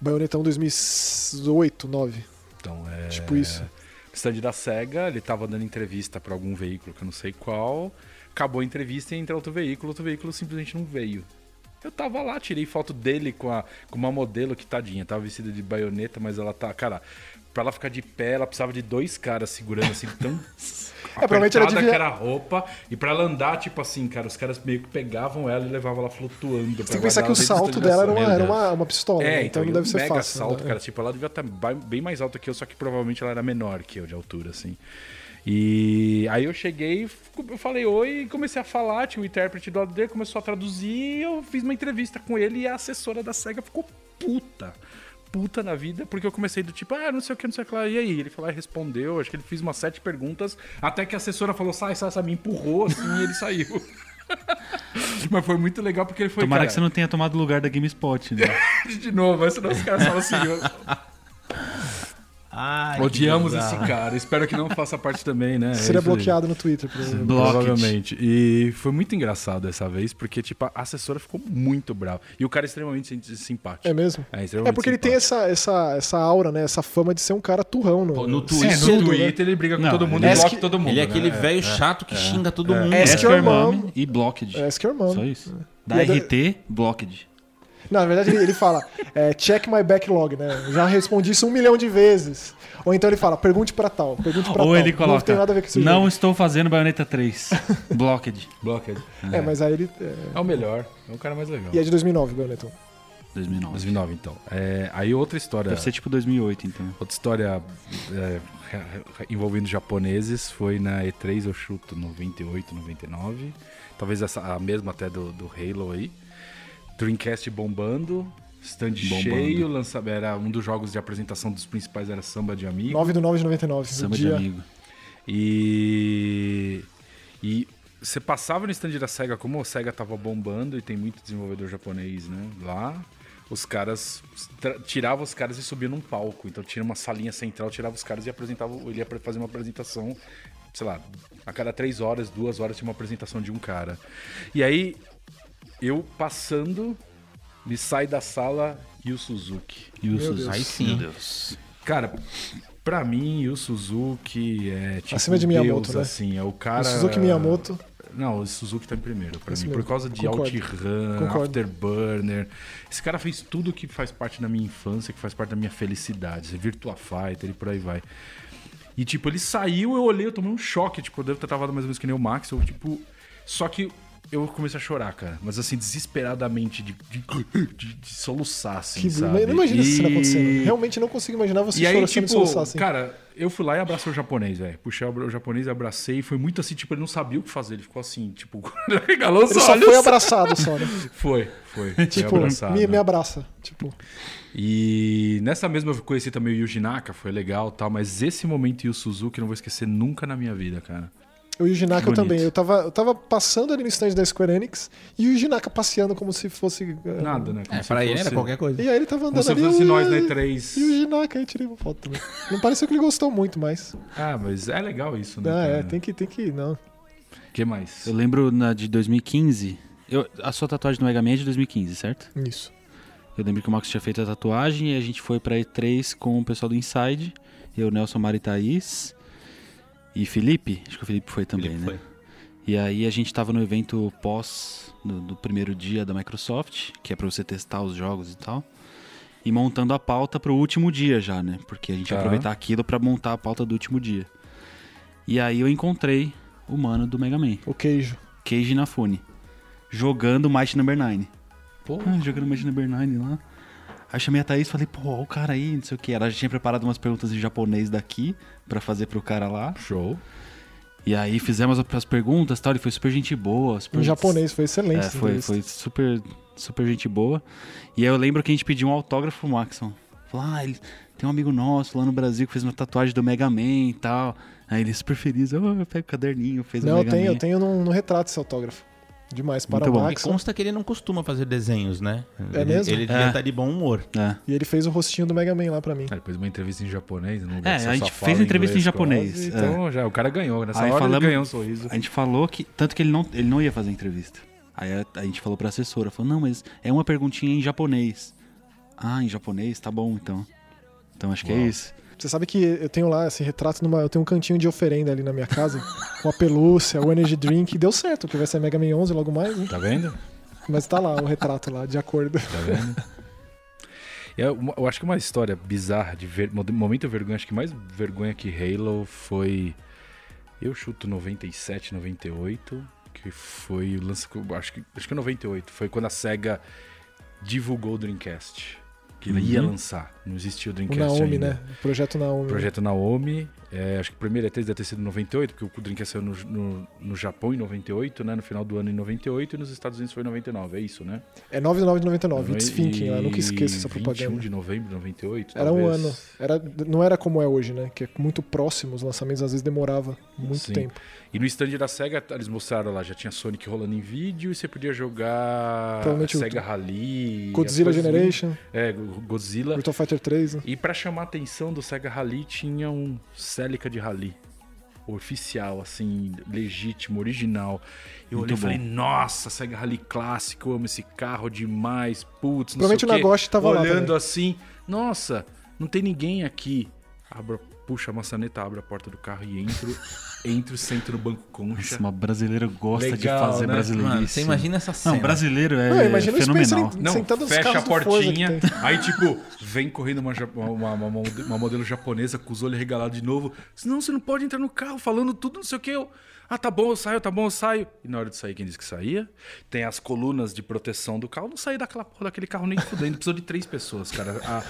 [SPEAKER 2] Baionetão 2008, 9.
[SPEAKER 4] Então, é...
[SPEAKER 2] Tipo isso.
[SPEAKER 4] no stand da SEGA, ele tava dando entrevista pra algum veículo que eu não sei qual. Acabou a entrevista e entra outro veículo, outro veículo simplesmente não veio. Eu tava lá, tirei foto dele com, a, com uma modelo que tadinha, tava vestida de baioneta, mas ela tá. Cara, pra ela ficar de pé, ela precisava de dois caras segurando assim,
[SPEAKER 2] <laughs>
[SPEAKER 4] tão.
[SPEAKER 2] provavelmente ela
[SPEAKER 4] apertada
[SPEAKER 2] devia-
[SPEAKER 4] que era a roupa. E pra ela andar, tipo assim, cara, os caras meio que pegavam ela e levavam ela flutuando.
[SPEAKER 2] Tem que pensar que o salto dela era um uma, era uma, uma pistola,
[SPEAKER 4] É,
[SPEAKER 2] né? então, não
[SPEAKER 4] e
[SPEAKER 2] deve
[SPEAKER 4] um
[SPEAKER 2] ser
[SPEAKER 4] mega
[SPEAKER 2] fácil.
[SPEAKER 4] salto,
[SPEAKER 2] né?
[SPEAKER 4] cara. Tipo, ela devia estar ba- bem mais alta que eu, só que provavelmente ela era menor que eu de altura, assim. E aí eu cheguei, fico- eu falei oi e comecei a falar. Tinha o intérprete do lado dele, começou a traduzir. e Eu fiz uma entrevista com ele e a assessora da SEGA ficou puta. Puta na vida, porque eu comecei do tipo, ah, não sei o que, não sei o que lá. E aí? Ele falou, ah, respondeu. Acho que ele fez umas sete perguntas. Até que a assessora falou, sai, sai, sai, me empurrou assim e ele saiu. <laughs> Mas foi muito legal porque ele foi.
[SPEAKER 1] Tomara
[SPEAKER 4] cara,
[SPEAKER 1] que você não tenha tomado o lugar da GameSpot, né?
[SPEAKER 4] <laughs> de novo, esse nosso cara fala assim. eu-
[SPEAKER 3] Ai, que
[SPEAKER 4] Odiamos
[SPEAKER 3] bizarro.
[SPEAKER 4] esse cara. Espero que não faça parte também, né?
[SPEAKER 2] <laughs> Seria
[SPEAKER 4] Isso-
[SPEAKER 2] bloqueado no Twitter. provavelmente.
[SPEAKER 1] Block it.
[SPEAKER 4] Provavelmente. E foi muito engraçado dessa vez, porque, tipo, a assessora ficou muito brava. E o cara é extremamente sim- simpático.
[SPEAKER 2] É mesmo?
[SPEAKER 4] É, extremamente
[SPEAKER 2] É porque ele tem
[SPEAKER 4] simpático.
[SPEAKER 2] essa, essa, essa aura, né? Essa fama de ser um cara turrão no,
[SPEAKER 3] Pô, no
[SPEAKER 4] É,
[SPEAKER 3] Twitter.
[SPEAKER 2] sisudo,
[SPEAKER 4] no
[SPEAKER 2] né?
[SPEAKER 4] Twitter ele briga com
[SPEAKER 1] Não,
[SPEAKER 4] todo mundo
[SPEAKER 1] ele-
[SPEAKER 4] e bloca
[SPEAKER 2] Ask-
[SPEAKER 4] todo mundo.
[SPEAKER 3] Ele é aquele
[SPEAKER 4] né?
[SPEAKER 3] velho chato que xinga todo mundo.
[SPEAKER 2] É.
[SPEAKER 1] Ask
[SPEAKER 2] your
[SPEAKER 1] Your
[SPEAKER 2] mom.
[SPEAKER 1] Mom e Blocked.
[SPEAKER 2] Ask your mom.
[SPEAKER 1] Só isso.
[SPEAKER 2] é E
[SPEAKER 1] Da
[SPEAKER 2] a da-
[SPEAKER 1] RT, Blocked.
[SPEAKER 2] Na verdade, ele ele fala, é, check my backlog, né? Já respondi isso um milhão de vezes. Ou então ele fala, pergunte pra tal, pergunte pra tal.
[SPEAKER 1] Ou ele
[SPEAKER 2] Não tem
[SPEAKER 1] coloca,
[SPEAKER 2] nada a ver com isso.
[SPEAKER 1] não estou fazendo Bayonetta 3, <laughs> Blocked,
[SPEAKER 4] Bloca ele.
[SPEAKER 2] É, mas aí ele... é,
[SPEAKER 4] né? É o melhor. É o cara mais legal.
[SPEAKER 2] E é de 2009, Benetton.
[SPEAKER 1] 2009.
[SPEAKER 4] 2009, então. É, aí outra história.
[SPEAKER 1] Deve ser tipo 2008, então.
[SPEAKER 4] Outra história é, envolvendo japoneses foi na E3, eu chuto 98, 99. Talvez essa, a mesma até do, do Halo aí. Dreamcast bombando, stand
[SPEAKER 1] Bombando.
[SPEAKER 4] cheio, lança, era um dos jogos de apresentação dos principais era Samba de Amigo.
[SPEAKER 2] 9 do 9 de 99. no
[SPEAKER 1] Samba de
[SPEAKER 2] dia.
[SPEAKER 1] amigo.
[SPEAKER 4] E. E você passava no stand da SEGA, como a SEGA tava bombando e tem muito desenvolvedor japonês, né? Lá, os caras tra- tiravam os caras e subiam num palco. Então tinha uma salinha central, tirava os caras e apresentava. Ele ia pra- fazer uma apresentação, sei lá, a cada três horas, duas horas tinha uma apresentação de um cara. E aí, eu passando, me sai da sala e o Suzuki.
[SPEAKER 1] E o
[SPEAKER 2] Deus.
[SPEAKER 1] Suzuki.
[SPEAKER 3] Aí sim. É,
[SPEAKER 1] Meu Deus.
[SPEAKER 4] Cara, pra mim, o Suzuki é tipo
[SPEAKER 2] Acima de
[SPEAKER 4] Deus,
[SPEAKER 2] Miyamoto, né?
[SPEAKER 4] assim, é o cara...
[SPEAKER 2] O Suzuki Miyamoto.
[SPEAKER 4] Não, o Suzuki tá em primeiro, pra
[SPEAKER 2] Isso
[SPEAKER 4] mim.
[SPEAKER 2] mesmo.
[SPEAKER 4] Por causa de
[SPEAKER 2] Concordo.
[SPEAKER 4] OutRun,
[SPEAKER 2] Concordo.
[SPEAKER 4] Afterburner. Esse cara fez tudo que faz parte da minha infância, que faz parte da minha felicidade. Virtua Fighter e por aí vai. E, tipo, ele saiu, eu olhei, eu tomei um choque. Tipo, eu devo ter travado mais ou menos que nem o Max. Eu, tipo... Só que eu comecei a chorar, cara. Mas, assim, desesperadamente, de, de, de- de soluçar, assim,
[SPEAKER 2] Que,
[SPEAKER 4] sabe?
[SPEAKER 2] eu não imagino essa cena
[SPEAKER 4] E-
[SPEAKER 2] acontecendo. Realmente não consigo imaginar você
[SPEAKER 4] e aí,
[SPEAKER 2] chorando
[SPEAKER 4] tipo,
[SPEAKER 2] e soluçar assim.
[SPEAKER 4] cara, eu fui lá e abracei o japonês, velho. Puxei o japonês e abracei. E foi muito assim, tipo, ele não sabia o que fazer. Ele ficou assim, tipo, <laughs> ele regalou os
[SPEAKER 2] Ele só
[SPEAKER 4] olhos.
[SPEAKER 2] foi abraçado só, né?
[SPEAKER 4] <laughs> Foi,
[SPEAKER 2] <laughs>
[SPEAKER 4] foi. foi
[SPEAKER 2] Tipo,
[SPEAKER 4] abraçado. né?
[SPEAKER 2] me, me abraça. Tipo,
[SPEAKER 4] E nessa mesma eu conheci também o Yuji Naka, foi legal e tal. Mas esse momento e o Suzuki eu não vou esquecer nunca na minha vida, cara.
[SPEAKER 2] eu e o Jinaka eu
[SPEAKER 4] Bonito.
[SPEAKER 2] também. Eu tava, eu tava passando ali no stand da Square Enix e o Jinaka passeando como se fosse. eh,
[SPEAKER 4] Nada, né? Como
[SPEAKER 3] É,
[SPEAKER 4] se
[SPEAKER 3] pra ele
[SPEAKER 4] fosse-
[SPEAKER 3] era qualquer coisa.
[SPEAKER 2] E aí ele tava
[SPEAKER 4] Como
[SPEAKER 2] andando
[SPEAKER 4] se
[SPEAKER 2] ali. uh,
[SPEAKER 4] fosse
[SPEAKER 2] ui,
[SPEAKER 4] nós né, na
[SPEAKER 2] ui,
[SPEAKER 4] E3.
[SPEAKER 2] E o Jinaka, aí tirei uma foto também. Não pareceu que ele gostou muito, mas.
[SPEAKER 4] Ah, mas é legal isso, né?
[SPEAKER 2] Ah, é,
[SPEAKER 1] Uhum.
[SPEAKER 4] cara?
[SPEAKER 2] tem que, tem que. Não.
[SPEAKER 4] que mais?
[SPEAKER 1] Eu lembro na de 2015. Eu, a sua tatuagem do Mega Man é de 2015, certo?
[SPEAKER 2] Isso.
[SPEAKER 1] Eu lembro que o Max tinha feito a tatuagem e a gente foi pra E3 com o pessoal do Inside. Eu, Nelson Mari Thaís e Felipe. Acho que o Felipe foi também, né? E aí a gente tava no evento pós do, do primeiro dia da Microsoft, que é pra você testar os jogos e tal. E montando a pauta pro último dia já, né? Porque a gente ia
[SPEAKER 4] Tá.
[SPEAKER 1] aproveitar aquilo pra montar a pauta do último dia. E aí eu encontrei o mano do Mega Man,
[SPEAKER 2] O queijo.
[SPEAKER 1] Keiji Inafune, jogando Might Number 9.
[SPEAKER 4] Pô,
[SPEAKER 1] Ah, jogando Might Number 9 lá. Aí eu chamei a Thaís e falei, pô, olha o cara aí, não sei o que. Ela já tinha preparado umas perguntas de japonês daqui pra fazer pro cara lá.
[SPEAKER 4] show.
[SPEAKER 1] E aí fizemos as perguntas e tal, ele foi super gente boa. Super
[SPEAKER 2] O japonês foi excelente.
[SPEAKER 1] é,
[SPEAKER 2] essa
[SPEAKER 1] foi,
[SPEAKER 2] entrevista.
[SPEAKER 1] foi super, super gente boa. E aí eu lembro que a gente pediu um autógrafo pro Maxon. Falou, ah, ele, tem um amigo nosso lá no Brasil que fez uma tatuagem do Mega Man e tal. Aí ele super feliz, "Ah, eu pego o caderninho, fez o
[SPEAKER 2] Não, eu
[SPEAKER 1] Mega
[SPEAKER 2] tenho,
[SPEAKER 1] Man.
[SPEAKER 2] eu tenho no, no retrato esse autógrafo. Demais, para
[SPEAKER 1] Muito
[SPEAKER 2] o
[SPEAKER 1] bom.
[SPEAKER 2] Max.
[SPEAKER 3] Consta que ele não costuma fazer desenhos, né?
[SPEAKER 2] É
[SPEAKER 3] ele,
[SPEAKER 2] mesmo?
[SPEAKER 3] Ele devia estar de bom humor.
[SPEAKER 1] É.
[SPEAKER 2] E ele fez o rostinho do Mega Man lá pra mim.
[SPEAKER 4] Ah, depois uma entrevista em japonês. num
[SPEAKER 1] É,
[SPEAKER 4] lugar que
[SPEAKER 1] a
[SPEAKER 4] você só
[SPEAKER 1] gente
[SPEAKER 4] fala
[SPEAKER 1] fez entrevista
[SPEAKER 4] inglês
[SPEAKER 1] em japonês, é.
[SPEAKER 4] quase, Então já, o cara ganhou. Nessa
[SPEAKER 1] Aí
[SPEAKER 4] hora
[SPEAKER 1] falamos-
[SPEAKER 4] ele ganhou um sorriso.
[SPEAKER 1] A gente falou que. Tanto que ele não, ele não ia fazer entrevista. Aí a, a gente falou pra assessora, falou, não, mas é uma perguntinha em japonês. Ah, em japonês? Tá bom então. Então acho que é isso.
[SPEAKER 2] Você sabe que eu tenho lá esse retrato, numa, eu tenho um cantinho de oferenda ali na minha casa, com a pelúcia, o Energy Drink, e deu certo, porque vai ser Mega Man 11 logo mais, né?
[SPEAKER 4] Tá vendo?
[SPEAKER 2] Mas tá lá o retrato lá, de acordo.
[SPEAKER 4] Tá vendo? Eu, eu acho que uma história bizarra de ver, momento vergonha, acho que mais vergonha que Halo foi. Eu chuto 97, 98, que foi o lance. Acho que, acho que é 98, foi quando a SEGA divulgou o Dreamcast. Que ele
[SPEAKER 1] Uhum.
[SPEAKER 4] ia lançar. Não existia o
[SPEAKER 2] O
[SPEAKER 4] Dreamcast
[SPEAKER 2] Naomi,
[SPEAKER 4] ainda.
[SPEAKER 2] né? O projeto Naomi.
[SPEAKER 4] Projeto Naomi, é, acho que o primeiro E3 deve ter sido em 98, porque o Dreamcast saiu no, no, no Japão em 98, né? No final do ano em 98 e nos Estados Unidos foi em 99, é isso, né?
[SPEAKER 2] É 9999,
[SPEAKER 4] Então,
[SPEAKER 2] It's
[SPEAKER 4] e-
[SPEAKER 2] Thinking, eu nunca esqueço essa
[SPEAKER 4] 21
[SPEAKER 2] propaganda.
[SPEAKER 4] de novembro de 98,
[SPEAKER 2] Era um
[SPEAKER 4] talvez.
[SPEAKER 2] ano. Era, não era como é hoje, né? Que é muito próximo, os lançamentos às vezes demorava muito
[SPEAKER 4] Sim.
[SPEAKER 2] tempo.
[SPEAKER 4] E no stand da SEGA, eles mostraram lá, já tinha Sonic rolando em vídeo e você podia jogar
[SPEAKER 2] Provavelmente o-
[SPEAKER 4] SEGA Rally...
[SPEAKER 2] Godzilla
[SPEAKER 4] as coisas-
[SPEAKER 2] Generation,
[SPEAKER 4] É, Go- Godzilla.
[SPEAKER 2] Virtua Fighter 3, né?
[SPEAKER 4] E pra chamar a atenção do Sega Rally, tinha um Celica de Rally. Oficial, assim, legítimo, original. Eu
[SPEAKER 1] Muito
[SPEAKER 4] olhei e
[SPEAKER 1] bom.
[SPEAKER 4] falei, nossa, Sega Rally clássico, eu amo esse carro demais, putz, não
[SPEAKER 2] Provavelmente
[SPEAKER 4] sei
[SPEAKER 2] o
[SPEAKER 4] quê.
[SPEAKER 2] Nagoshi tava lá
[SPEAKER 4] Olhando
[SPEAKER 2] também.
[SPEAKER 4] assim, nossa, não tem ninguém aqui. Abra, puxa a maçaneta, abre a porta do carro e entro. <laughs> entro, sento no banco concha.
[SPEAKER 1] Nossa, uma brasileira gosta de
[SPEAKER 4] Legal,
[SPEAKER 1] fazer
[SPEAKER 4] né?
[SPEAKER 1] brasileirice.
[SPEAKER 3] Mano, você imagina essa cena.
[SPEAKER 1] Não, brasileiro é
[SPEAKER 2] Não, imagina o Spencer
[SPEAKER 1] fenomenal.
[SPEAKER 2] em-
[SPEAKER 4] Não,
[SPEAKER 2] sentado nos
[SPEAKER 4] fecha a
[SPEAKER 2] carros do Forza que
[SPEAKER 4] portinha,
[SPEAKER 2] tem.
[SPEAKER 4] aí tipo, vem correndo uma, ja- uma, uma- uma- uma modelo japonesa com os olhos regalados de novo. Senão você não pode entrar no carro falando tudo, não sei o que. Eu, ah, tá bom, eu saio, tá bom, eu saio. E na hora de sair, quem disse que saía? Tem as colunas de proteção do carro. Eu Não saí daquela porra daquele carro nem fudendo. Precisou de três pessoas, cara. A,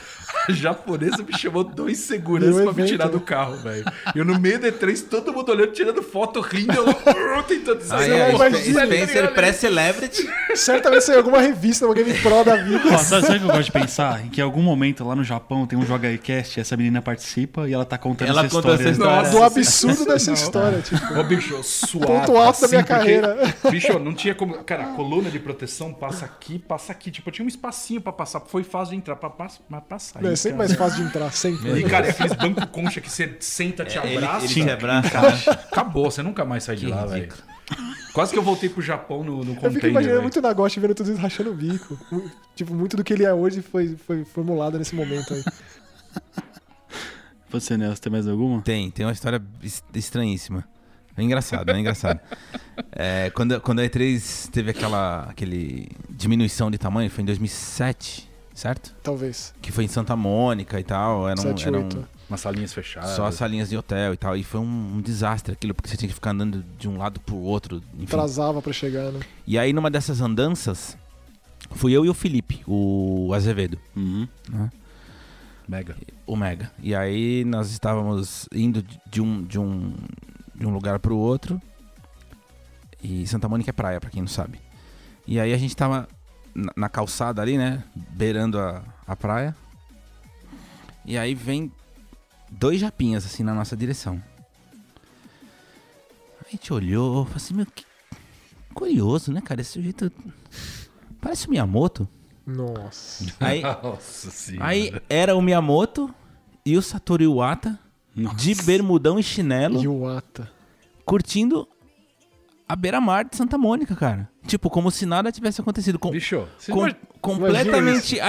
[SPEAKER 4] a japonesa me chamou dois seguranças
[SPEAKER 2] E o
[SPEAKER 4] pra me
[SPEAKER 2] evento,
[SPEAKER 4] tirar
[SPEAKER 2] né?
[SPEAKER 4] do carro, velho. E eu no meio de três, todo mundo olhando, tirando foto, rindo. Eu <laughs> tentando
[SPEAKER 3] Ah,
[SPEAKER 4] sair.
[SPEAKER 3] é,
[SPEAKER 4] Eu,
[SPEAKER 2] não
[SPEAKER 3] Spen-
[SPEAKER 2] imagina,
[SPEAKER 3] Spencer pré-celebrity.
[SPEAKER 2] Certamente saiu alguma revista, uma Game Pro da vida.
[SPEAKER 1] Ó, sabe, sabe o que eu gosto de pensar? Em que em algum momento lá no Japão tem um Joga aí Cast, essa menina participa e ela tá contando
[SPEAKER 3] Ela
[SPEAKER 1] essa
[SPEAKER 3] conta
[SPEAKER 1] história.
[SPEAKER 3] essa história.
[SPEAKER 2] do absurdo dessa história,
[SPEAKER 4] <laughs>
[SPEAKER 2] tipo.
[SPEAKER 4] Ô, bicho, eu suado.
[SPEAKER 2] Ponto alto da minha
[SPEAKER 4] porque-
[SPEAKER 2] carreira.
[SPEAKER 4] Bicho, não tinha como. Cara, a coluna de proteção passa aqui, passa aqui. Tipo, eu tinha um espacinho pra passar. Foi fácil de entrar, pra, pra, mas pra sair.
[SPEAKER 2] Não, é sempre
[SPEAKER 4] cara.
[SPEAKER 2] mais fácil de entrar, sempre.
[SPEAKER 4] E, cara, aqueles banco concha que você senta, te
[SPEAKER 3] É, Ele,
[SPEAKER 4] abraça.
[SPEAKER 3] ele te abraça. né?
[SPEAKER 4] Acabou, você nunca mais sai de lá, velho. Quase que eu voltei pro Japão no, no
[SPEAKER 2] Eu fico
[SPEAKER 4] container. né?
[SPEAKER 2] imaginando
[SPEAKER 4] velho.
[SPEAKER 2] muito o Nagoshi vendo tudo isso rachando o bico. Mu- Tipo, muito do que ele é hoje foi, foi formulado nesse momento aí.
[SPEAKER 1] Você, Nelson, tem mais alguma?
[SPEAKER 3] Tem, tem uma história es- estranhíssima. É engraçado, é engraçado. É, quando, quando a E3 teve aquela aquele diminuição de tamanho, foi em 2007, certo?
[SPEAKER 2] Talvez.
[SPEAKER 3] Que foi em Santa Mônica e tal.
[SPEAKER 4] um,
[SPEAKER 3] Eram,
[SPEAKER 2] 7,
[SPEAKER 3] eram
[SPEAKER 2] 8.
[SPEAKER 4] Umas salinhas fechadas.
[SPEAKER 3] só salinhas de hotel e tal. E foi um, um desastre aquilo, porque você tinha que ficar andando de um lado pro outro. Enfim.
[SPEAKER 2] Atrasava pra chegar, né?
[SPEAKER 3] E aí, numa dessas andanças, fui eu e o Felipe, o Azevedo.
[SPEAKER 1] Uhum. <laughs>
[SPEAKER 4] Mega.
[SPEAKER 3] o Mega. E aí nós estávamos indo de- de um, de um, de um lugar pro outro. E Santa Mônica é praia, pra quem não sabe. E aí a gente tava na, na calçada ali, né? Beirando a, a praia. E aí vem dois japinhas assim na nossa direção. A gente olhou, falou assim, meu, que curioso, né, cara? Esse sujeito parece o Miyamoto.
[SPEAKER 2] Nossa.
[SPEAKER 3] <laughs> Aí,
[SPEAKER 4] Nossa senhora.
[SPEAKER 3] Aí era o Miyamoto e o Satoru Iwata
[SPEAKER 1] Nossa.
[SPEAKER 3] de bermudão e
[SPEAKER 4] Uhum.
[SPEAKER 3] chinelo
[SPEAKER 2] E o Ata.
[SPEAKER 3] curtindo a beira-mar de Santa Mônica, cara. Tipo, como se nada tivesse acontecido. Com,
[SPEAKER 4] Bicho, você
[SPEAKER 3] com-
[SPEAKER 4] imagina-
[SPEAKER 3] completamente
[SPEAKER 4] é quase um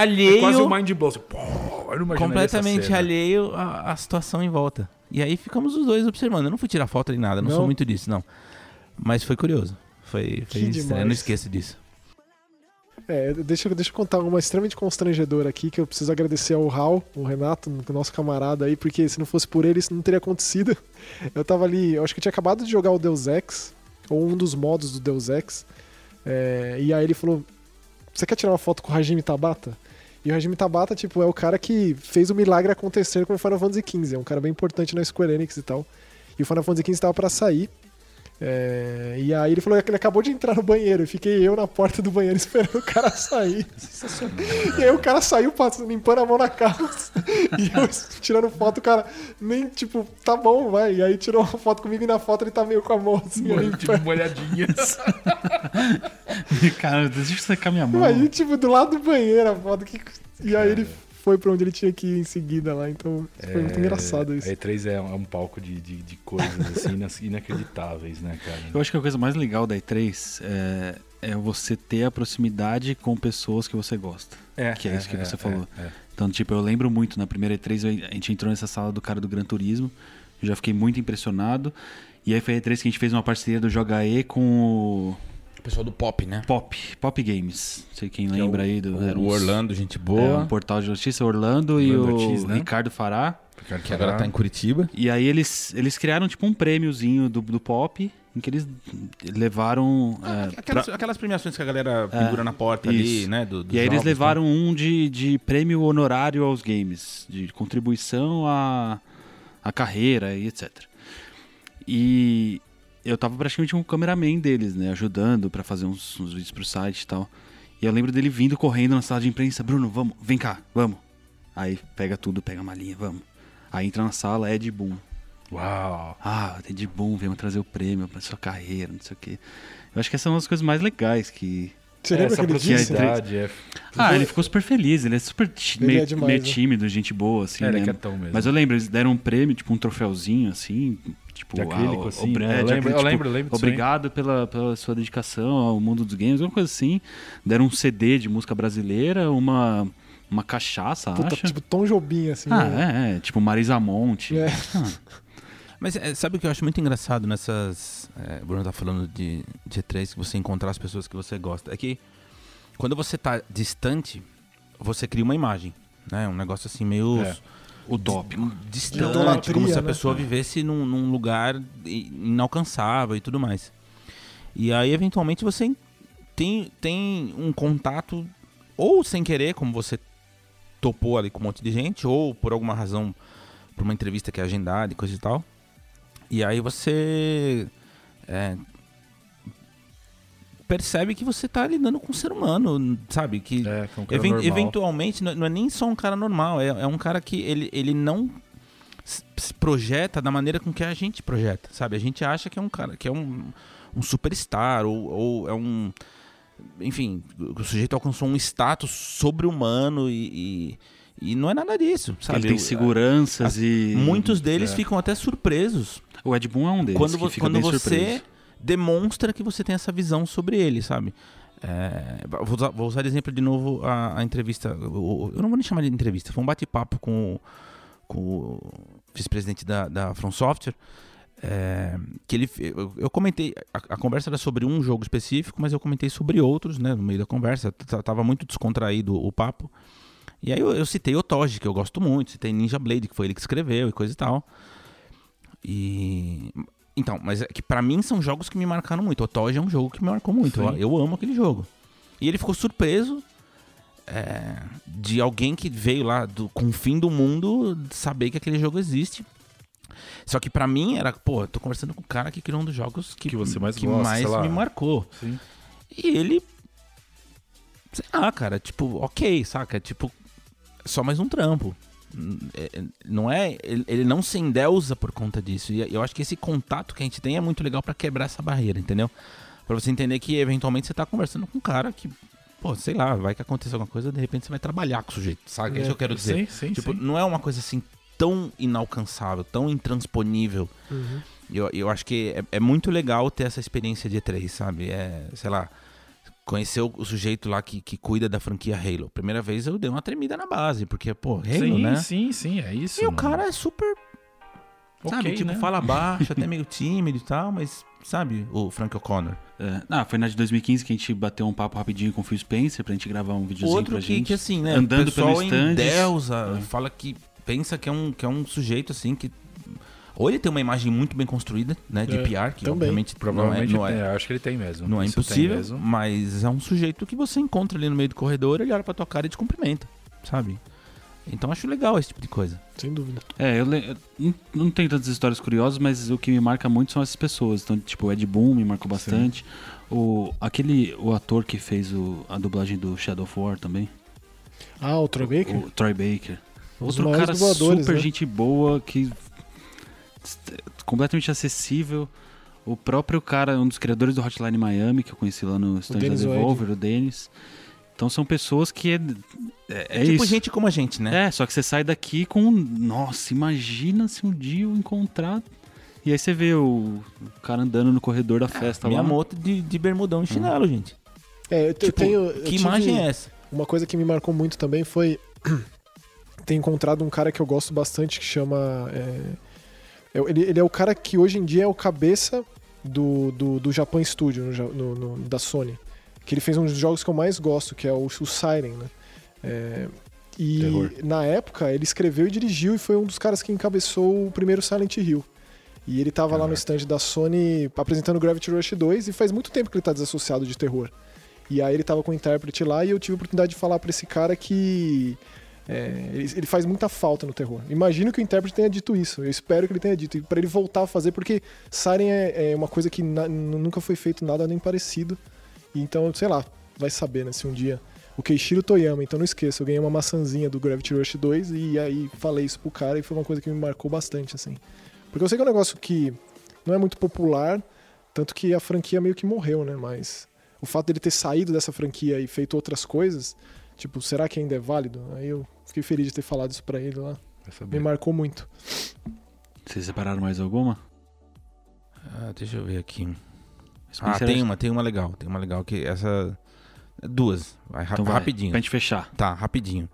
[SPEAKER 3] alheio,
[SPEAKER 4] mind blow. Você, pô, eu não imaginaria essa
[SPEAKER 3] completamente
[SPEAKER 4] cena.
[SPEAKER 3] alheio à, à situação em volta. E aí ficamos os dois observando. Eu não fui tirar foto nem nada, não,
[SPEAKER 2] Não?
[SPEAKER 3] sou muito disso, não. Mas foi curioso. Foi, foi
[SPEAKER 2] Que
[SPEAKER 3] estranho, eu não
[SPEAKER 2] demais.
[SPEAKER 3] esqueço disso.
[SPEAKER 2] É, deixa, eu- deixa eu contar uma extremamente constrangedora aqui, que eu preciso agradecer ao Raul, o Renato, o nosso camarada aí, porque se não fosse por ele, isso não teria acontecido. Eu tava ali, eu acho que eu tinha acabado de jogar o Deus Ex, ou um dos modos do Deus Ex, é, e aí ele falou, você quer tirar uma foto com o Hajime Tabata? E o Hajime Tabata, tipo, é o cara que fez o milagre acontecer com o Final Fantasy XV, é um cara bem importante na Square Enix e tal. E o Final Fantasy XV tava pra sair, é, e aí ele falou que ele acabou de entrar no banheiro. E fiquei eu na porta do banheiro <laughs> esperando o cara sair. E aí o cara saiu passando, limpando a mão na calça. <laughs> E eu tirando foto, o cara nem tipo, tá bom, vai. E aí tirou uma foto comigo e na foto ele tá meio com a mão assim.
[SPEAKER 4] Molho-
[SPEAKER 2] limpando.
[SPEAKER 4] <laughs> Tipo, molhadinhas.
[SPEAKER 1] Cara, deixa eu secar minha mão.
[SPEAKER 2] Aí tipo, do lado do banheiro a foto. Que... E aí ele foi pra onde ele tinha que ir em seguida lá. Então foi
[SPEAKER 3] É,
[SPEAKER 2] muito engraçado isso.
[SPEAKER 4] É, A E3 é um, é um palco de, de, de coisas assim <laughs> inas- inacreditáveis, né,
[SPEAKER 1] Eu
[SPEAKER 4] cara?
[SPEAKER 1] acho que a coisa mais legal da E3 é, é você ter a proximidade com pessoas que você gosta. que é isso que você falou.
[SPEAKER 4] é.
[SPEAKER 1] Então, tipo, eu lembro muito, na primeira E3 a gente entrou nessa sala do cara do Gran Turismo, eu já fiquei muito impressionado. E aí foi a E3 que a gente fez uma parceria do Joga E com o
[SPEAKER 3] O pessoal do pop, né?
[SPEAKER 1] Pop, Pop Games. Não sei quem lembra aí. Do, era
[SPEAKER 3] O
[SPEAKER 1] uns-
[SPEAKER 3] Orlando, gente
[SPEAKER 1] é,
[SPEAKER 3] boa,
[SPEAKER 1] um portal de notícia, Orlando, e
[SPEAKER 4] Orlando
[SPEAKER 1] o
[SPEAKER 4] Ortiz, né?
[SPEAKER 1] Ricardo Fará.
[SPEAKER 2] É.
[SPEAKER 3] que agora tá em Curitiba.
[SPEAKER 1] E aí eles, eles criaram tipo um prêmiozinho do, do Pop, em que eles levaram.
[SPEAKER 3] Ah,
[SPEAKER 1] é,
[SPEAKER 3] aquelas, aquelas premiações que a galera pendura na porta ali,
[SPEAKER 1] isso.
[SPEAKER 3] né? do- dos
[SPEAKER 1] E aí eles
[SPEAKER 3] jogos,
[SPEAKER 1] levaram um de, de prêmio honorário aos games, de contribuição à, à carreira e etc. E eu tava praticamente um cameraman deles, né? Ajudando pra fazer uns, uns vídeos pro site e tal. E eu lembro dele vindo correndo na sala de imprensa, Bruno, vamos, vem cá, vamos. Aí pega tudo, pega a malinha, vamos. Aí entra na sala, é de boom.
[SPEAKER 4] Uau.
[SPEAKER 1] Ah, o Ted Boom veio trazer o prêmio pra sua carreira, não sei o quê. Eu acho que essa é uma das coisas mais legais que,
[SPEAKER 2] Você lembra assim?
[SPEAKER 4] Essa
[SPEAKER 2] que ele disse?
[SPEAKER 4] proximidade é.
[SPEAKER 1] ah, ele ficou super feliz, ele é super ti-
[SPEAKER 2] Ele
[SPEAKER 1] meio,
[SPEAKER 2] é demais,
[SPEAKER 1] meio
[SPEAKER 2] né?
[SPEAKER 1] tímido, gente boa, assim,
[SPEAKER 4] é, ele
[SPEAKER 1] né?
[SPEAKER 4] é quietão mesmo.
[SPEAKER 1] Mas eu lembro, eles deram um prêmio, tipo um troféuzinho, assim, tipo...
[SPEAKER 4] De acrílico,
[SPEAKER 1] ah, o-
[SPEAKER 4] assim,
[SPEAKER 1] o pré-
[SPEAKER 4] né? Eu
[SPEAKER 1] de
[SPEAKER 4] lembro- eu
[SPEAKER 1] tipo,
[SPEAKER 4] lembro- eu lembro disso aí.
[SPEAKER 1] Obrigado pela, pela sua dedicação ao mundo dos games, alguma coisa assim. Deram um CD de música brasileira, uma, uma cachaça,
[SPEAKER 2] Puta,
[SPEAKER 1] acho.
[SPEAKER 2] tipo, Tom Jobim, assim.
[SPEAKER 1] ah,
[SPEAKER 2] né?
[SPEAKER 1] é, é, tipo Marisa Monte.
[SPEAKER 2] É.
[SPEAKER 3] Mas é, sabe o que eu acho muito engraçado nessas. É, o Bruno tá falando de, de E3, que você encontrar as pessoas que você gosta. É que quando você tá distante, você cria uma imagem. Né? Um negócio assim meio.
[SPEAKER 4] É,
[SPEAKER 3] utópico. Distante, é
[SPEAKER 2] Idolatria,
[SPEAKER 3] como se a
[SPEAKER 2] né?
[SPEAKER 3] pessoa vivesse num, num lugar i- inalcançável e tudo mais. E aí, eventualmente, você tem, tem um contato, ou sem querer, como você topou ali com um monte de gente, ou por alguma razão, por uma entrevista que é agendada e coisa e tal. E aí você é, percebe que você tá lidando com um ser humano, sabe? Que
[SPEAKER 4] É, que é um cara
[SPEAKER 3] Even-
[SPEAKER 4] normal.
[SPEAKER 3] eventualmente, não não é nem só um cara normal, é, é um cara que ele, ele não s- se projeta da maneira com que a gente projeta, sabe? A gente acha que é um cara, que é um, um superstar, ou, ou é um. Enfim, o sujeito alcançou um status sobre-humano e, e, e não é nada disso, sabe?
[SPEAKER 1] Ele tem
[SPEAKER 3] Eu-
[SPEAKER 1] seguranças e...
[SPEAKER 3] Muitos
[SPEAKER 4] é.
[SPEAKER 3] deles ficam até surpresos
[SPEAKER 1] O Ed Boon é um deles,
[SPEAKER 3] quando,
[SPEAKER 1] que
[SPEAKER 3] vo-
[SPEAKER 1] fica
[SPEAKER 3] quando
[SPEAKER 1] bem
[SPEAKER 3] você
[SPEAKER 1] surpreso.
[SPEAKER 3] demonstra que você tem essa visão sobre ele, sabe? É, vou, usar, vou usar de exemplo de novo a, a entrevista. o- o- Eu não vou nem chamar de entrevista, foi um bate-papo com, o- com o vice-presidente da, da From Software. É, que ele, eu, eu comentei, a, a, conversa era sobre um jogo específico, mas eu comentei sobre outros, né? No meio da conversa, T tava muito descontraído o papo. E aí eu, eu citei Otoji, que eu gosto muito, citei Ninja Blade, que foi ele que escreveu e coisa e tal. E. Então, mas é que para mim são jogos que me marcaram muito. Otoji é um jogo que me marcou muito. Eu, eu, amo aquele jogo. E ele ficou surpreso é, de alguém que veio lá do, com o fim do mundo saber que aquele jogo existe. Só que para mim era, pô, eu tô conversando com o cara que criou um dos jogos que,
[SPEAKER 4] que você mais,
[SPEAKER 3] que
[SPEAKER 4] gosta,
[SPEAKER 3] mais
[SPEAKER 4] sei lá.
[SPEAKER 3] me marcou.
[SPEAKER 4] Sim.
[SPEAKER 3] E ele. Sei lá, cara, tipo, ok, saca? Tipo, só mais um trampo. É, Não é. Ele ele não se endeusa por conta disso. E eu acho que esse contato que a gente tem é muito legal pra quebrar essa barreira, entendeu? Pra você entender que eventualmente você tá conversando com um cara que. Pô, sei lá, vai que acontece alguma coisa, de repente você vai trabalhar com o sujeito, sabe? É isso que eu quero dizer.
[SPEAKER 4] Sim, sim,
[SPEAKER 3] Tipo,
[SPEAKER 4] sim.
[SPEAKER 3] não é uma coisa assim tão inalcançável, tão intransponível.
[SPEAKER 4] Uhum.
[SPEAKER 3] Eu, eu acho que é, é muito legal ter essa experiência de E3, sabe? É, sei lá, conhecer o, o sujeito lá que, que cuida da franquia Halo. Primeira vez eu dei uma tremida na base, porque, pô, Halo,
[SPEAKER 4] sim,
[SPEAKER 3] né?
[SPEAKER 4] sim, sim, é isso.
[SPEAKER 3] E o
[SPEAKER 4] mano.
[SPEAKER 3] cara é super,
[SPEAKER 4] Ok,
[SPEAKER 3] sabe? Tipo,
[SPEAKER 4] né?
[SPEAKER 3] fala
[SPEAKER 4] <laughs>
[SPEAKER 3] baixo, até meio tímido e tal, mas, sabe? O Frank O'Connor.
[SPEAKER 1] É, ah, foi na de 2015 que a gente bateu um papo rapidinho com o Phil Spencer pra gente gravar um videozinho
[SPEAKER 3] Outro
[SPEAKER 1] pra
[SPEAKER 3] que,
[SPEAKER 1] gente.
[SPEAKER 3] que, assim, né?
[SPEAKER 1] Andando
[SPEAKER 3] o pessoal
[SPEAKER 1] pelo stand.
[SPEAKER 3] endeusa, fala que pensa que é um que é um sujeito assim que ou ele tem uma imagem muito bem construída, né, de
[SPEAKER 4] É,
[SPEAKER 3] PR, que
[SPEAKER 2] também.
[SPEAKER 3] obviamente não é,
[SPEAKER 4] Provavelmente
[SPEAKER 3] não é,
[SPEAKER 4] tem, eu acho que ele tem mesmo.
[SPEAKER 3] não é
[SPEAKER 4] Isso tem
[SPEAKER 3] impossível,
[SPEAKER 4] mesmo.
[SPEAKER 3] mas é um sujeito que você encontra ali no meio do corredor, ele olha pra tua cara e te cumprimenta, sabe? Então acho legal esse tipo de coisa.
[SPEAKER 2] Sem dúvida.
[SPEAKER 1] É, eu, le- eu não- não tenho tantas histórias curiosas, mas o que me marca muito são essas pessoas. Então, tipo, o Ed Boon me marcou bastante. O, aquele, o ator que fez o- a dublagem do Shadow of War também.
[SPEAKER 2] Ah, o Troy Baker?
[SPEAKER 1] O Troy Baker.
[SPEAKER 2] Os
[SPEAKER 1] Outro
[SPEAKER 2] maiores
[SPEAKER 1] cara
[SPEAKER 2] dubladores,
[SPEAKER 1] super
[SPEAKER 2] né?
[SPEAKER 1] gente boa, que est- completamente acessível. O próprio cara, um dos criadores do Hotline Miami, que eu conheci lá no stand da
[SPEAKER 2] Dennis Wade.
[SPEAKER 1] Devolver, o Dennis. Então são pessoas que é, é, é
[SPEAKER 3] tipo
[SPEAKER 1] isso.
[SPEAKER 3] gente como a gente, né?
[SPEAKER 1] É, só que você sai daqui com. um, Nossa, imagina se um dia eu encontrar. E aí você vê o o cara andando no corredor da festa
[SPEAKER 3] Ah, Minha
[SPEAKER 1] lá.
[SPEAKER 3] moto de, de bermudão e chinelo, gente.
[SPEAKER 2] É, eu, te- eu
[SPEAKER 3] Tipo,
[SPEAKER 2] tenho. eu
[SPEAKER 3] que
[SPEAKER 2] tive-
[SPEAKER 3] imagem é essa?
[SPEAKER 2] Uma coisa que me marcou muito também foi ter encontrado um cara que eu gosto bastante que chama. é, é- ele, ele é o cara que hoje em dia é o cabeça do, do, do Japan Studio, no Ja- no- no- da Sony. Que ele fez um dos jogos que eu mais gosto, que é o, o Siren, né? É, e
[SPEAKER 4] Terror.
[SPEAKER 2] na época ele escreveu e dirigiu e foi um dos caras que encabeçou o primeiro Silent Hill. E ele tava lá no stand da Sony apresentando Gravity Rush 2 e faz muito tempo que ele tá desassociado de terror. E aí ele tava com o intérprete lá e eu tive a oportunidade de falar pra esse cara que é, ele, ele faz muita falta no terror. Imagino que o intérprete tenha dito isso. Eu espero que ele tenha dito. E pra ele voltar a fazer, porque Siren é, é uma coisa que na- nunca foi feito nada nem parecido. E Então, sei lá, vai saber, né? Se um dia. O Keishiro Toyama, então não esqueça, eu ganhei uma maçãzinha do Gravity Rush 2 e aí falei isso pro cara e foi uma coisa que me marcou bastante, assim. Porque eu sei que é um negócio que não é muito popular, tanto que a franquia meio que morreu, né? Mas o fato dele ter saído dessa franquia e feito outras coisas, tipo, será que ainda é válido? Aí eu fiquei feliz de ter falado isso pra ele lá.
[SPEAKER 4] Vai saber.
[SPEAKER 2] Me marcou muito.
[SPEAKER 1] Vocês separaram mais alguma?
[SPEAKER 3] Ah, deixa eu ver aqui. Ah,
[SPEAKER 1] Spencer,
[SPEAKER 3] tem uma, tem uma legal, tem uma legal que essa duas, vai, ra-
[SPEAKER 1] Então vai,
[SPEAKER 3] rapidinho.
[SPEAKER 1] Pra gente fechar.
[SPEAKER 3] Tá, rapidinho.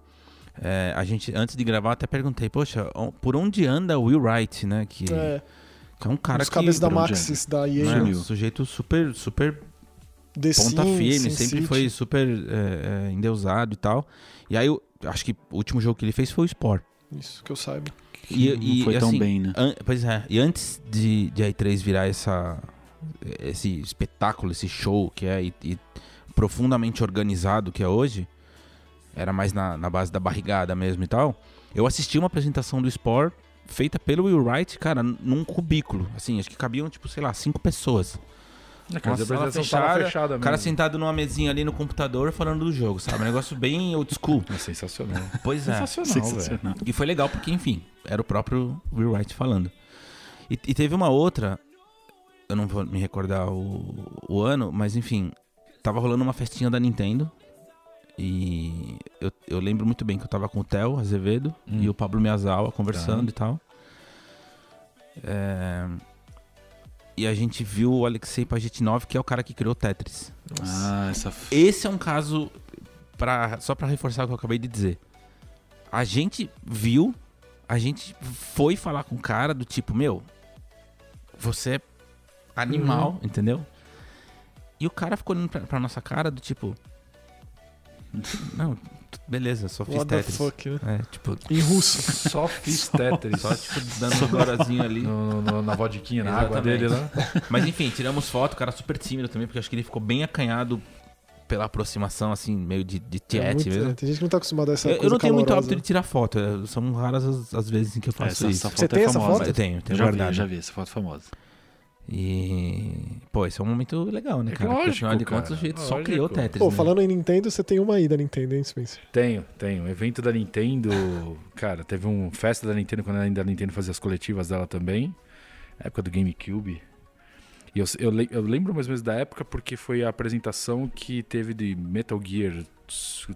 [SPEAKER 3] É, a gente antes de gravar até perguntei, poxa, o- por onde anda o Will Wright, né, que é,
[SPEAKER 2] É,
[SPEAKER 3] que é um cara
[SPEAKER 2] os
[SPEAKER 3] que
[SPEAKER 2] cabeças da
[SPEAKER 1] por um
[SPEAKER 2] Maxis, da
[SPEAKER 3] né,
[SPEAKER 2] EA,
[SPEAKER 1] Sumiu.
[SPEAKER 3] um sujeito super super
[SPEAKER 2] The
[SPEAKER 3] ponta
[SPEAKER 2] Sims,
[SPEAKER 3] firme,
[SPEAKER 2] Sin
[SPEAKER 3] sempre
[SPEAKER 2] City.
[SPEAKER 3] foi super é, é, endeusado e tal. E aí eu acho que o último jogo que ele fez foi o Spore.
[SPEAKER 2] Isso, que eu saiba.
[SPEAKER 1] que
[SPEAKER 3] E-
[SPEAKER 1] não
[SPEAKER 3] e,
[SPEAKER 1] foi
[SPEAKER 3] assim,
[SPEAKER 1] tão bem, né?
[SPEAKER 3] An- pois é, e antes de, de a E3 virar essa, esse espetáculo, esse show que é e, e profundamente organizado que é hoje, era mais na, na base da barrigada mesmo e tal, eu assisti uma apresentação do Spore feita pelo Will Wright, cara, n- num cubículo, assim, acho que cabiam, tipo, sei lá, cinco pessoas.
[SPEAKER 4] É, cara,
[SPEAKER 3] Uma
[SPEAKER 4] a
[SPEAKER 3] sala
[SPEAKER 4] apresentação
[SPEAKER 3] fechada,
[SPEAKER 4] tava fechada
[SPEAKER 3] O cara
[SPEAKER 4] mesmo.
[SPEAKER 3] sentado numa mesinha ali no computador falando do jogo, sabe? Um negócio bem old school. <laughs>
[SPEAKER 4] É sensacional.
[SPEAKER 3] Pois é.
[SPEAKER 4] Sensacional, velho.
[SPEAKER 1] Sensacional.
[SPEAKER 3] E foi legal porque, enfim, era o próprio Will Wright falando. E, e teve uma outra, eu não vou me recordar o, o ano, mas enfim, tava rolando uma festinha da Nintendo. E eu, eu lembro muito bem que eu tava com o Theo Azevedo
[SPEAKER 4] Hum.
[SPEAKER 3] e o Pablo Miyazawa conversando
[SPEAKER 4] Tá.
[SPEAKER 3] e tal. É, E a gente viu o Alexei Pagetinov, que é o cara que criou o Tetris.
[SPEAKER 2] Nossa.
[SPEAKER 1] Ah, essa. f-
[SPEAKER 3] Esse é um caso para só pra reforçar o que eu acabei de dizer. A gente viu, a gente foi falar com o cara do tipo, meu, você é animal,
[SPEAKER 2] Uhum.
[SPEAKER 3] entendeu? E o cara ficou olhando pra, pra nossa cara do tipo. Não, t- beleza, só fiz
[SPEAKER 2] What the
[SPEAKER 3] Tetris.
[SPEAKER 2] fuck, né?
[SPEAKER 3] É, tipo,
[SPEAKER 2] Em russo.
[SPEAKER 4] Só fiz
[SPEAKER 3] <laughs>
[SPEAKER 4] Tetris.
[SPEAKER 3] só tipo dando um
[SPEAKER 2] <laughs>
[SPEAKER 3] gorazinho ali.
[SPEAKER 4] No- no- no- na vodquinha, na água
[SPEAKER 3] Exatamente.
[SPEAKER 4] dele, né?
[SPEAKER 3] Mas enfim, tiramos foto, o cara super tímido também, porque acho que ele ficou bem acanhado pela aproximação, assim, meio de, de
[SPEAKER 2] É
[SPEAKER 3] tiete
[SPEAKER 2] muito-
[SPEAKER 3] mesmo.
[SPEAKER 2] é, tem gente que não tá acostumada a essa
[SPEAKER 3] Eu, eu
[SPEAKER 2] coisa
[SPEAKER 3] não tenho muito
[SPEAKER 2] calorosa.
[SPEAKER 3] hábito de tirar foto, é, são raras as, as vezes em que eu faço
[SPEAKER 1] essa,
[SPEAKER 3] isso.
[SPEAKER 1] essa foto
[SPEAKER 2] Você
[SPEAKER 1] é
[SPEAKER 2] tem essa
[SPEAKER 1] famosa.
[SPEAKER 3] Eu tenho, tenho
[SPEAKER 1] já
[SPEAKER 3] guardado.
[SPEAKER 1] vi,
[SPEAKER 2] né?
[SPEAKER 1] já vi, essa foto é famosa.
[SPEAKER 3] E. Pô, esse é um momento legal, né,
[SPEAKER 4] É
[SPEAKER 3] cara?
[SPEAKER 4] lógico,
[SPEAKER 3] Porque afinal de
[SPEAKER 4] cara,
[SPEAKER 3] contas, o jeito só
[SPEAKER 4] lógico.
[SPEAKER 3] criou o Tetris.
[SPEAKER 2] Pô,
[SPEAKER 3] né?
[SPEAKER 2] falando em Nintendo, você tem uma ida Nintendo, hein, Spencer?
[SPEAKER 4] Tenho, tenho. Evento da Nintendo. Cara, teve uma festa da Nintendo quando ainda a Nintendo fazia as coletivas dela também. Época do GameCube. E eu, eu, le- eu lembro mais ou menos da época porque foi a apresentação que teve de Metal Gear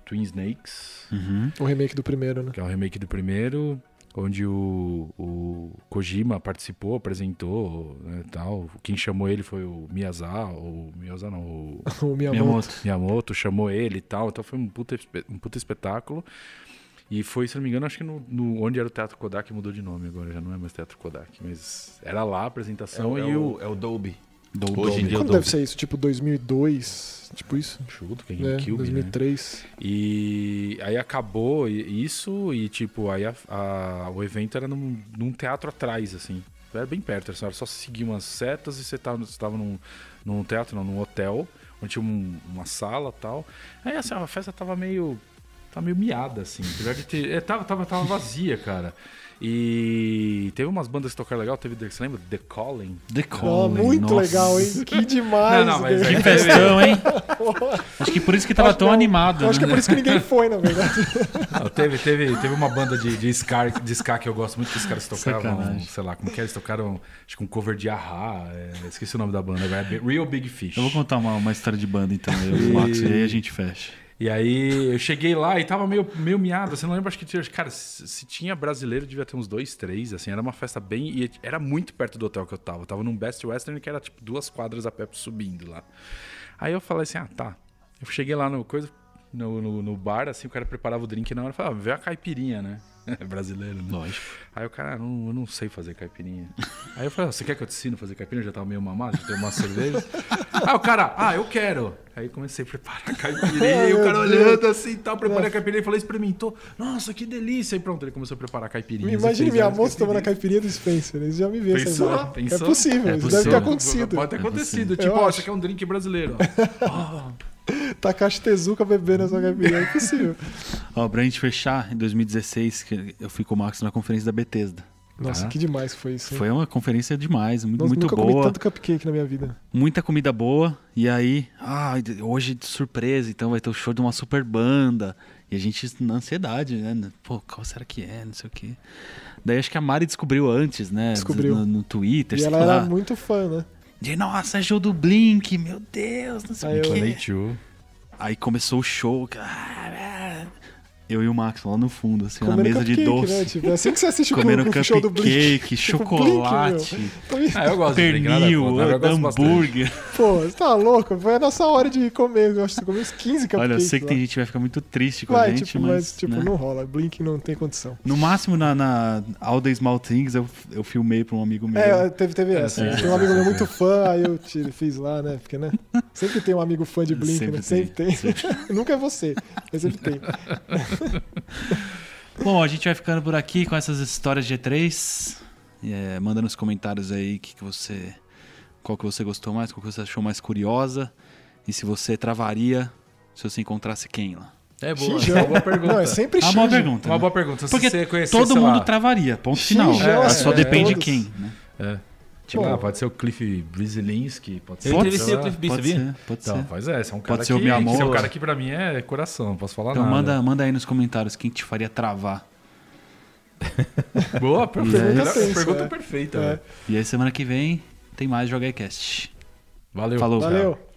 [SPEAKER 4] Twin Snakes,
[SPEAKER 3] Hum?
[SPEAKER 1] Uhum.
[SPEAKER 2] O remake do primeiro, né? <laughs>
[SPEAKER 4] que é o remake do primeiro, onde o, o Kojima participou, apresentou né, tal. Quem chamou ele foi o Miyazawa, ou Miyazawa não, o
[SPEAKER 2] O Miyamoto.
[SPEAKER 1] Miyamoto.
[SPEAKER 4] Miyamoto chamou ele e tal. Então foi um puta, espe- um puta espetáculo. E foi, se não me engano, acho que no, no- onde era o Teatro Kodak mudou de nome agora, já não é mais Teatro Kodak, mas era lá a apresentação e o.
[SPEAKER 3] é o Dolby.
[SPEAKER 1] Dou-
[SPEAKER 3] Hoje em
[SPEAKER 1] dou-
[SPEAKER 3] dia eu
[SPEAKER 2] Quando
[SPEAKER 3] dou.
[SPEAKER 2] deve ser isso? Tipo 2002? Tipo isso?
[SPEAKER 4] Chuto, que é
[SPEAKER 2] É,
[SPEAKER 4] GameCube, né?
[SPEAKER 2] 2003.
[SPEAKER 4] E aí acabou i- isso e, tipo, aí a- a- o evento era num, num teatro atrás, assim. Era bem perto, assim, era só seguir umas setas e você tava, você tava num, num teatro, não, num hotel, onde tinha um- uma sala e tal. Aí, assim, a festa tava meio... Tava meio miada, assim. Apesar de ter... é, tava, tava, tava vazia, cara. E teve umas bandas que tocaram legal, teve, The- você lembra? The Calling.
[SPEAKER 1] The
[SPEAKER 2] Ó,
[SPEAKER 1] Calling,
[SPEAKER 2] Ah, muito
[SPEAKER 1] nossa.
[SPEAKER 2] legal, hein?
[SPEAKER 3] <laughs>
[SPEAKER 2] Que demais.
[SPEAKER 4] Não, não, mas
[SPEAKER 3] é
[SPEAKER 2] velho.
[SPEAKER 1] Que festão,
[SPEAKER 2] <laughs>
[SPEAKER 1] hein?
[SPEAKER 2] Porra.
[SPEAKER 1] Acho que por isso que tava
[SPEAKER 2] Acho
[SPEAKER 1] tão
[SPEAKER 2] que não.
[SPEAKER 1] animado,
[SPEAKER 2] Eu acho que é
[SPEAKER 1] né?
[SPEAKER 2] por isso que
[SPEAKER 3] <laughs>
[SPEAKER 2] ninguém foi, na verdade.
[SPEAKER 4] Não, teve, teve, teve uma banda de, de, ska, de ska que eu gosto muito que os caras tocavam,
[SPEAKER 1] Sacanagem.
[SPEAKER 4] sei lá, como que é, eles tocaram, acho que um cover de Ahá, é, esqueci o nome da banda, agora é Be- Real Big Fish.
[SPEAKER 1] Eu vou contar uma, uma história de banda, então, eu e o Max, e aí a gente fecha.
[SPEAKER 4] E aí eu cheguei lá e tava meio, meio miado, assim, não lembro, acho que tinha, cara, se, se tinha brasileiro devia ter uns dois, três, assim, era uma festa bem, e era muito perto do hotel que eu tava, eu tava num Best Western que era tipo duas quadras a pé subindo lá. Aí eu falei assim, ah, tá, eu cheguei lá no coisa, no, no, no bar, assim, o cara preparava o drink na hora, eu falava, ah, vê a caipirinha, né? <laughs> É brasileiro, né?
[SPEAKER 1] Lógico.
[SPEAKER 4] Aí o cara, "Ah, não, eu não sei fazer caipirinha. <laughs> Aí eu falei, "Ah, você quer que eu te ensine a fazer caipirinha? Eu já tava meio mamado, já tomei
[SPEAKER 2] <laughs>
[SPEAKER 4] uma cerveja. Aí o cara, ah, eu quero. Aí comecei a preparar a caipirinha, e o
[SPEAKER 2] É, Meu
[SPEAKER 4] cara
[SPEAKER 2] Deus.
[SPEAKER 4] olhando assim e tal, preparei a caipirinha e falei, experimentou. Nossa, que delícia. E pronto, ele começou a preparar a caipirinha.
[SPEAKER 2] Me imagina minha moça tomando a caipirinha do Spencer. Eles já me vê essa
[SPEAKER 4] Pensou?
[SPEAKER 2] imagem.
[SPEAKER 4] Pensou?
[SPEAKER 2] É possível,
[SPEAKER 1] É
[SPEAKER 2] isso deve ter
[SPEAKER 1] possível.
[SPEAKER 2] acontecido.
[SPEAKER 4] Pode ter acontecido.
[SPEAKER 1] Eu
[SPEAKER 4] Tipo, ó,
[SPEAKER 2] acho.
[SPEAKER 4] isso aqui é um drink brasileiro.
[SPEAKER 2] Takashi Tezuka bebendo essa caipirinha, é
[SPEAKER 1] <laughs>
[SPEAKER 2] possível.
[SPEAKER 1] Ó, pra gente fechar, em 2016, que eu fui com o Max na conferência da Bethesda.
[SPEAKER 2] Nossa,
[SPEAKER 4] Tá.
[SPEAKER 2] que demais que foi isso. hein?
[SPEAKER 1] Ah. Foi uma conferência demais, muito,
[SPEAKER 2] Nossa,
[SPEAKER 1] muito
[SPEAKER 2] nunca comi
[SPEAKER 1] boa.
[SPEAKER 2] tanto cupcake na minha vida.
[SPEAKER 1] muita comida boa. E aí, ah, hoje de surpresa, então vai ter o show de uma super banda. E a gente na ansiedade, né? Pô, qual será que é? Não sei o quê. Daí acho que a Mari descobriu antes, né?
[SPEAKER 2] Descobriu.
[SPEAKER 1] No, no Twitter,
[SPEAKER 2] E
[SPEAKER 1] sei
[SPEAKER 2] ela
[SPEAKER 1] lá.
[SPEAKER 2] era muito fã, né?
[SPEAKER 1] De, nossa, é show do Blink, meu Deus, não sei
[SPEAKER 2] Aí
[SPEAKER 1] o
[SPEAKER 2] eu-
[SPEAKER 1] quê.
[SPEAKER 4] tio.
[SPEAKER 1] Aí começou o show. cara. Ah, ah. Eu e o Max lá no fundo, assim, na
[SPEAKER 2] Comendo
[SPEAKER 1] mesa de
[SPEAKER 2] cupcake,
[SPEAKER 1] doce.
[SPEAKER 2] né? Tipo, é assim que você assiste o
[SPEAKER 1] Comendo
[SPEAKER 2] o show do Blink.
[SPEAKER 1] cupcake,
[SPEAKER 2] <laughs> Tipo,
[SPEAKER 1] chocolate,
[SPEAKER 2] Blink, meu. Tô me-
[SPEAKER 4] Ah, eu gosto de drink, nada
[SPEAKER 1] pernil,
[SPEAKER 4] contra, né? eu gosto bastante.
[SPEAKER 1] hambúrguer.
[SPEAKER 2] Pô, você tá louco? Foi a nossa hora de comer. Eu acho que você comeu uns 15 cupcakes.
[SPEAKER 1] Olha, eu sei que
[SPEAKER 2] lá.
[SPEAKER 1] tem gente que vai ficar muito triste com a
[SPEAKER 2] Vai,
[SPEAKER 1] gente,
[SPEAKER 2] tipo,
[SPEAKER 1] mas.
[SPEAKER 2] mas, tipo,
[SPEAKER 1] né?
[SPEAKER 2] não rola. Blink não tem condição.
[SPEAKER 1] No máximo na, na All the Small Things eu, eu filmei pra um amigo meu.
[SPEAKER 2] É, teve, teve essa.
[SPEAKER 4] É,
[SPEAKER 2] Tem um amigo meu muito fã, aí eu te, fiz lá, né? Porque, né? Sempre tem um amigo fã de Blink, né? Sempre tem. <laughs> Nunca é você, mas sempre
[SPEAKER 4] <laughs>
[SPEAKER 2] tem.
[SPEAKER 4] É
[SPEAKER 1] Bom, a gente vai ficando por aqui com essas histórias de E3. É, manda nos comentários aí que, que você. Qual que você gostou mais, qual que você achou mais curiosa. E se você travaria se você encontrasse quem lá.
[SPEAKER 4] É boa,
[SPEAKER 2] Xinjão.
[SPEAKER 4] uma boa pergunta.
[SPEAKER 2] Não, é sempre
[SPEAKER 1] É uma boa
[SPEAKER 2] Xinjão.
[SPEAKER 1] pergunta.
[SPEAKER 4] Uma
[SPEAKER 1] né?
[SPEAKER 4] boa pergunta. Se
[SPEAKER 1] Porque
[SPEAKER 4] você conhecesse,
[SPEAKER 1] Todo
[SPEAKER 4] sei
[SPEAKER 1] mundo
[SPEAKER 4] lá,
[SPEAKER 1] travaria, ponto final.
[SPEAKER 2] Xinjão,
[SPEAKER 1] É, Só
[SPEAKER 4] é,
[SPEAKER 1] depende
[SPEAKER 2] todos.
[SPEAKER 1] quem, né?
[SPEAKER 4] É.
[SPEAKER 2] Tipo,
[SPEAKER 4] Ah, pode ser o Cliff Brzezinski, pode ser.
[SPEAKER 3] Eu
[SPEAKER 1] Pode
[SPEAKER 3] entrevistei o
[SPEAKER 4] sei lá.
[SPEAKER 3] Cliff B,
[SPEAKER 1] Pode
[SPEAKER 3] sabia?
[SPEAKER 1] ser, pode
[SPEAKER 4] Então,
[SPEAKER 1] ser.
[SPEAKER 4] pois é, esse é um cara
[SPEAKER 1] ser o
[SPEAKER 4] que,
[SPEAKER 1] meu
[SPEAKER 4] esse é um
[SPEAKER 1] amor.
[SPEAKER 4] cara que pra mim é coração, não posso falar
[SPEAKER 1] Então
[SPEAKER 4] nada.
[SPEAKER 1] manda, manda aí nos comentários quem te faria travar.
[SPEAKER 4] Boa, perfeita.
[SPEAKER 1] E é
[SPEAKER 2] isso.
[SPEAKER 4] Pergunta,
[SPEAKER 2] É.
[SPEAKER 4] perfeita.
[SPEAKER 2] É.
[SPEAKER 4] velho.
[SPEAKER 1] E aí semana que vem tem mais Joga Cast.
[SPEAKER 4] Valeu.
[SPEAKER 1] Falou.
[SPEAKER 2] Valeu.